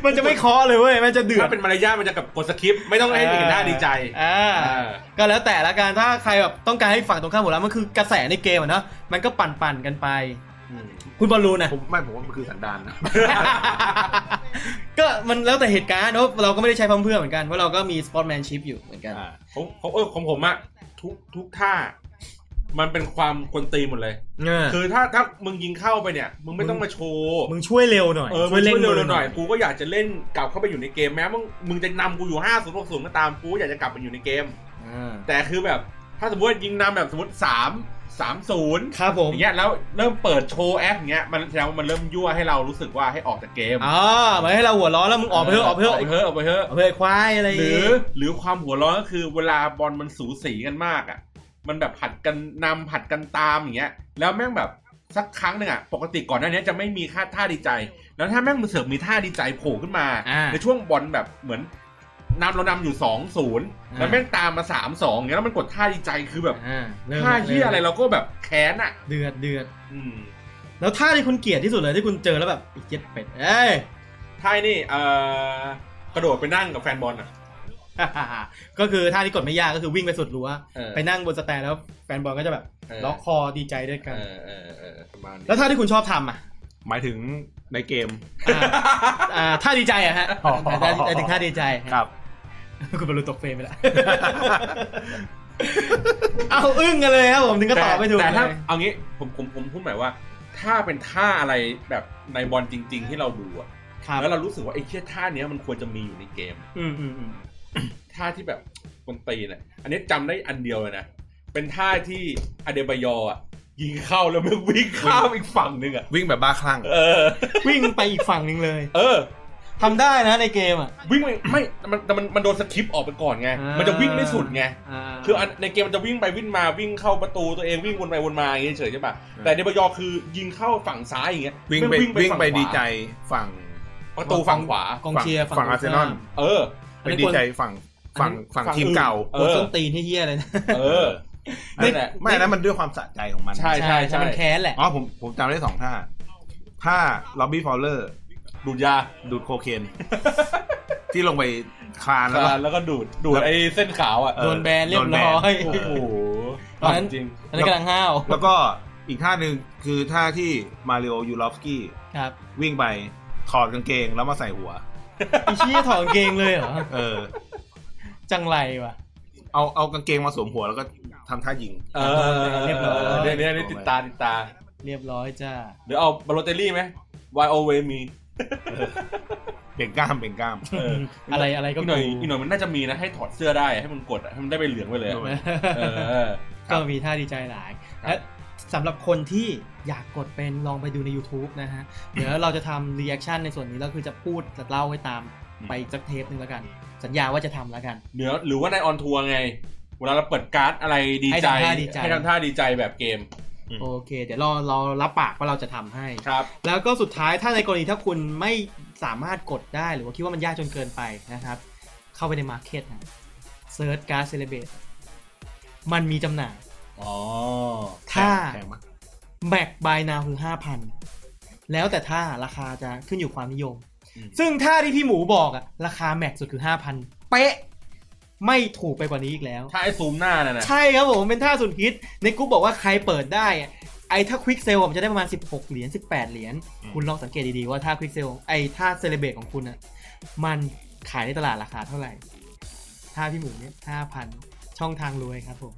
มันจะไม่เคาะเลยเว้ย มันจะเดือด
ถ้าเป็นมารยาทมันจะกับกดสคริปต์ไม่ต้องให้เห็นหน้าดีใจ
อ่า
อ่า
ก็แล้วแต่ละกันถ้าใครแบบต้องการให้ฝั่งตรงข้ามหัวเราะมันคือกระแสในเกมอะเนาะมันก็ปั่นๆกันไป
อืม
คุณบอลลูนนะ
ผมไม่ผมว่ามันคือสันดานนะ
ก็มันแล้วแต่เหตุการณ์เพราะเราก็ไม่ได้ใช้พร้อมเพรื่อเหมือนกัน เพราะเราก็มีสปอร์ตแมนชิพอยู่เหมือนกัน
อ่า
ผมผมเออของผมอะทุกทุกท่า มันเป็นความกวนตีนหมดเลย
เออ
คือถ้าถ้ามึงยิงเข้าไปเนี่ย มึงไม่ต้องมาโชว์
มึงช่วยเร็วหน่อย
เออมึงช่วยเร็วๆหน่อย
กู
กูก็อยากจะเล่นกลับเข้าไปอยู่ในเกมแม้มึงมึงจะนำกูอยู่ห้าศูนย์หกศูนย์ก็ตามกูก็อยากจะกลับไปอยู่ในเกม แต่คือแบบ ถ้าสมมติว่ายิงนำแบบสมมติสามสามศูนย์
ครับผ
อ
ม
ย่างเงี้ยแล้วเริ่มเปิดโชว์แอปอย่างเงี้ยมันแสดงว่ามันเริ่มยั่วให้เรารู้สึกว่าให้ออกจากเกม
อ่าเหมือนให้เราหัวร้อนแล้วมึงออกไปเถอะออกไปเถอะ
อ
อ
อ
อก ก
ไป
ไป
เถ
เถอะ
อะออกไปเถ
ออก
อะ
ไปควายอะไร
หรือหรือความหัวร้อนก็คือเวลาบอลมันสูสีกันมากอ่ะ มันแบบผัดกันนำผัดกันตามอย่างเงี้ย แล้วแม่งแบบสักครั้งหนึ่งอ่ะปกติก่อนหน้านี้จะไม่มีค่าท่าดีใจ แล้วถ้าแม่งมันเสือกมีท่าดีใจโผล่ขึ้นมา
อ่า
ในช่วงบอลแบบเหมือนนำเรานำอยู่สองศูนย์แล้วแม่งตามมาสามสองเงี้ยแล้วมันกดท่าดีใจคือแบบ
อ่าเริ่ม
ท่าเฮียอะไรเราก็แบบแค้นอ่ะ
เดือดเดือด
อืม
แล้วท่าที่คุณเกลียดที่สุดเลยที่คุณเจอแล้วแบบไอ้เจ็ดเป็ดเอ้ย
ท่านี่เอ่อกระโดดไปนั่งกับแฟนบอลอ่ะ
ก็คือท่าที่กดไม่ยากก็คือวิ่งไปสุดรั้ว
เออ
ไปนั่งบนสแตนแล้วแฟนบอลก็จะแบบ
เออ
ล็อกคอดีใจด้วย
เอ
กัน
อเออเออประมาณนี้
แล้วท่าที่คุณชอบทำอ่ะ
หมายถึงในเกม
อ่าอ่าท่าดีใจอะฮะ
อ๋อ
แต่แต่ถึงท่าดีใจฮะ
ครับ
คุณบรรลุตกเฟรมไปแล้ว เอาอึ้งกันเลยครับผมถึงก็ตอบไม่ถูก
แต่
เล
ถ้าย เอางี้ผมผมผมพูดหมายว่า ถ้าเป็นท่าอะไรแบบในบอลจริง ๆ ที่เราดูอะ
ครับ
แล้วเรารู้สึกว่าไอ้เชี่ยท่าเนี้ยมันควรจะมีอยู่ในเกม
อืมอืมอืม
ท่าที่แบบคนตีนอะอันนี้จำได้อันเดียวเลยนะ เป็นท่าที่อเดบายออะยิงเข้าแล้วมันวิ่งข้ามอีกฝั่งหนึ่งอะ
วิ่งแบบบ้าคลั่ง
เออ
วิ่งไปอีกฝั่งหนึ่งเลย
เออ
ทำได้นะในเกมอ่ะ
วิ่งไม่ไม่มันแต่มันมันโดนสคริปต์ออกไปก่อนไง
อ่ามั
มันจะวิ่งไม่สุดไง
อ่า
คืออันในเกมมันจะวิ่งไปวิ่งมาวิ่งเข้าประตูตัวเองวิ่งวนไปวนมาอย่างเงี้ยเฉยใช่ปะแต่เดบายอคือยิงเข้าฝั่งซ้ายอย่างเงี้ย
วิ่งไป
แม่
วิ่ง
ฝั่ข
ไป
วา
ดีใจฝั่ง
ประตูฝั่งขวา
กองเชียร์
ฝั่งอาร์เซนอล
เออ
อั
ไป
นนี้
ดี
คน
ใจฝั่งฝั่งฝั่ง
ฝั่ง
ทีม
อื่น
เก่า
เอ
ค
อ
นส้นตีนที่เฮี้ยเลยนะ
เออ นั่นแหละ
ไม่นะมันด้วยความสะใจของมัน
ใช่ ใช่
มันแค้นแหละ
อ๋อผมผมจำได้สองท่าท่าล็อบบี้ฟอลเลอร์
ดูดยา
ดูดโคเคน ที่ลงไปคลานแล้ว
ค
ก็
ลานแล้วก็ดูด ดูด
แล้ว
ไอ้เส้นขาวอ่ะ
เออ
โดนแบนเรียบ
โดนแบน
ร้อย
โอ้โห
ตอนนั้น
จริง
ตอนนั้นกำลังห้าว
แล้วก็อีกท่าหนึ่งคือท่าที่มาริโอยูรอฟสกี้
ครับ
วิ่งไปถอดกางเกงแล้วมาใส่หัว
ไอ้เชี่ยถอดกางเกงเลยเหรอ
เออ
จังไรวะ
เอาเอากางเกงมาสวมหัวแล้วก็ทำท่ายิง
เออ
เรียบร้อย
เนี่ยเนี่ยเนี่ยติดตาติดตา
เรียบร้อยจ้า
เดี๋ยวเอาบาโลเตลลี่ไหม Why always me
เบ่งกล้ามเบ่งกล้าม
เออ
อะไรอะไรก็
อีกหน่อยอีกหน่อยมันน่าจะมีนะ ให้ถอดเสื้อได้ ให้มันกดอะให้มันได้ไปเหลืองไปเลยอะ
หน่อย
เออ
ก็มีท่าดีใจหลาย
ครับ
และสำหรับคนที่อยากกดเป็นลองไปดูใน YouTube นะฮะ เดี๋ยวเราจะทำรีแอคชั่นในส่วนนี้แล้วคือจะพูดจะเล่าให้ตามไปอีกสักเทปหนึ่งแล้วกัน สัญญาว่าจะทำแล้วกัน
เดี๋ยวหรือว่าในออนทัวร์ไง เวลาเราเปิดการ์ดอะไรดี
ให้
ใจ
ทำท่าดีใจ
ให้ทำท่าดีใจแบบเกม
อืม
โอเค เดี๋ยวเราเรารับปากว่าเราจะทำให้
ครับ
แล้วก็สุดท้ายถ้าในกรณีถ้าคุณไม่สามารถกดได้หรือว่าคิดว่ามันยากจนเกินไปนะครับ เข้าไปในมาร์เก็ตนะเซิร์ชการ์ดเซเลเบตมันมีจำหน่าย
อ๋อ
ถ้า
แพงมาก
แบกบายนาวคือห้าพันแล้วแต่ท่าราคาจะขึ้นอยู่ความนิยม
อืม
ซึ่งท่าที่พี่หมูบอกอะราคาแม็กสุดคือห้าพันเป๊ะ ไม่ถูกไปกว่านี้อีกแล้ว
ถ้าไอ้ซูมหน้าน่ะนะ
ใช่ครับผมเป็นท่าสุดฮิต ในกรุ๊ปบอกว่าใครเปิดได้อะไอ้ถ้าควิกเซลมันจะได้ประมาณ 16 เหรียญ18 เหรียญคุณลองสังเกตดีๆว่าท่าควิกเซลไอ้ท่าเซเลเบตของคุณอะมันขายในตลาดราคาเท่าไหร่ท่าพี่หมูเนี่ยห้าพันช่องทางรวยครับผม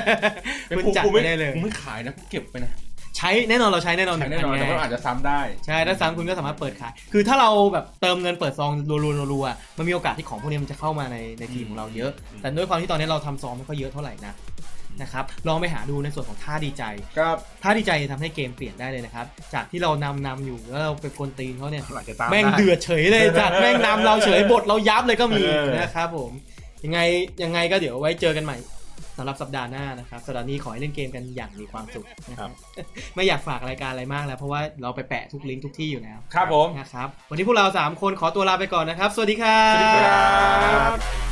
คุณจัดไปได้เลย
กูไม่ขายนะกูเก็บไปนะ
ใช้แน่นอนเราใช้แน่นอน
ขายแน่นอนแต่ว่าอาจจะซ้ำได้
ใช่ถ้าซ้ำคุณก็สามารถเปิดขาย คือถ้าเราแบบเติมเงินเปิดซองรัวๆรัวๆอ่ะมันมีโอกาสที่ของพวกนี้มันจะเข้ามาในในทีมของเราเยอะ
อืม
แต่ด้วยความที่ตอนนี้เราทำซองไม่ค่อยเยอะเท่าไหร่นะนะครับลองไปหาดูในส่วนของท่าดีใจ
ครับ
ท่าดีใจทำให้เกมเปลี่ยนได้เลยนะครับ จากที่เรานำนำอยู่แล้วเราไปกวนตีนเขาเนี่ย
หลังจะตาม
แม่ง
ไ
เดือดเฉยเลยจัดแม่งนำเราเฉยบทเรายับเลยก็มีนะครับผม ยังไงยังไงก็เดี๋ยวไว้เจอกันใหม่สำหรับสัปดาห์หน้านะครับสัปดาห์นี้ขอให้เล่นเกมกันอย่างมีความสุขนะค
ครั
รับบ ไม่อยากฝากรายการอะไรมากแล้ว เพราะว่าเราไปแปะทุกลิงก์ทุกที่อยู่แล้ว
ครับผม
นะครับวันนี้พวกเรา 3 คนขอตัวลาไปก่อนนะครับ สวัสดีครับ
สวัสดีครับ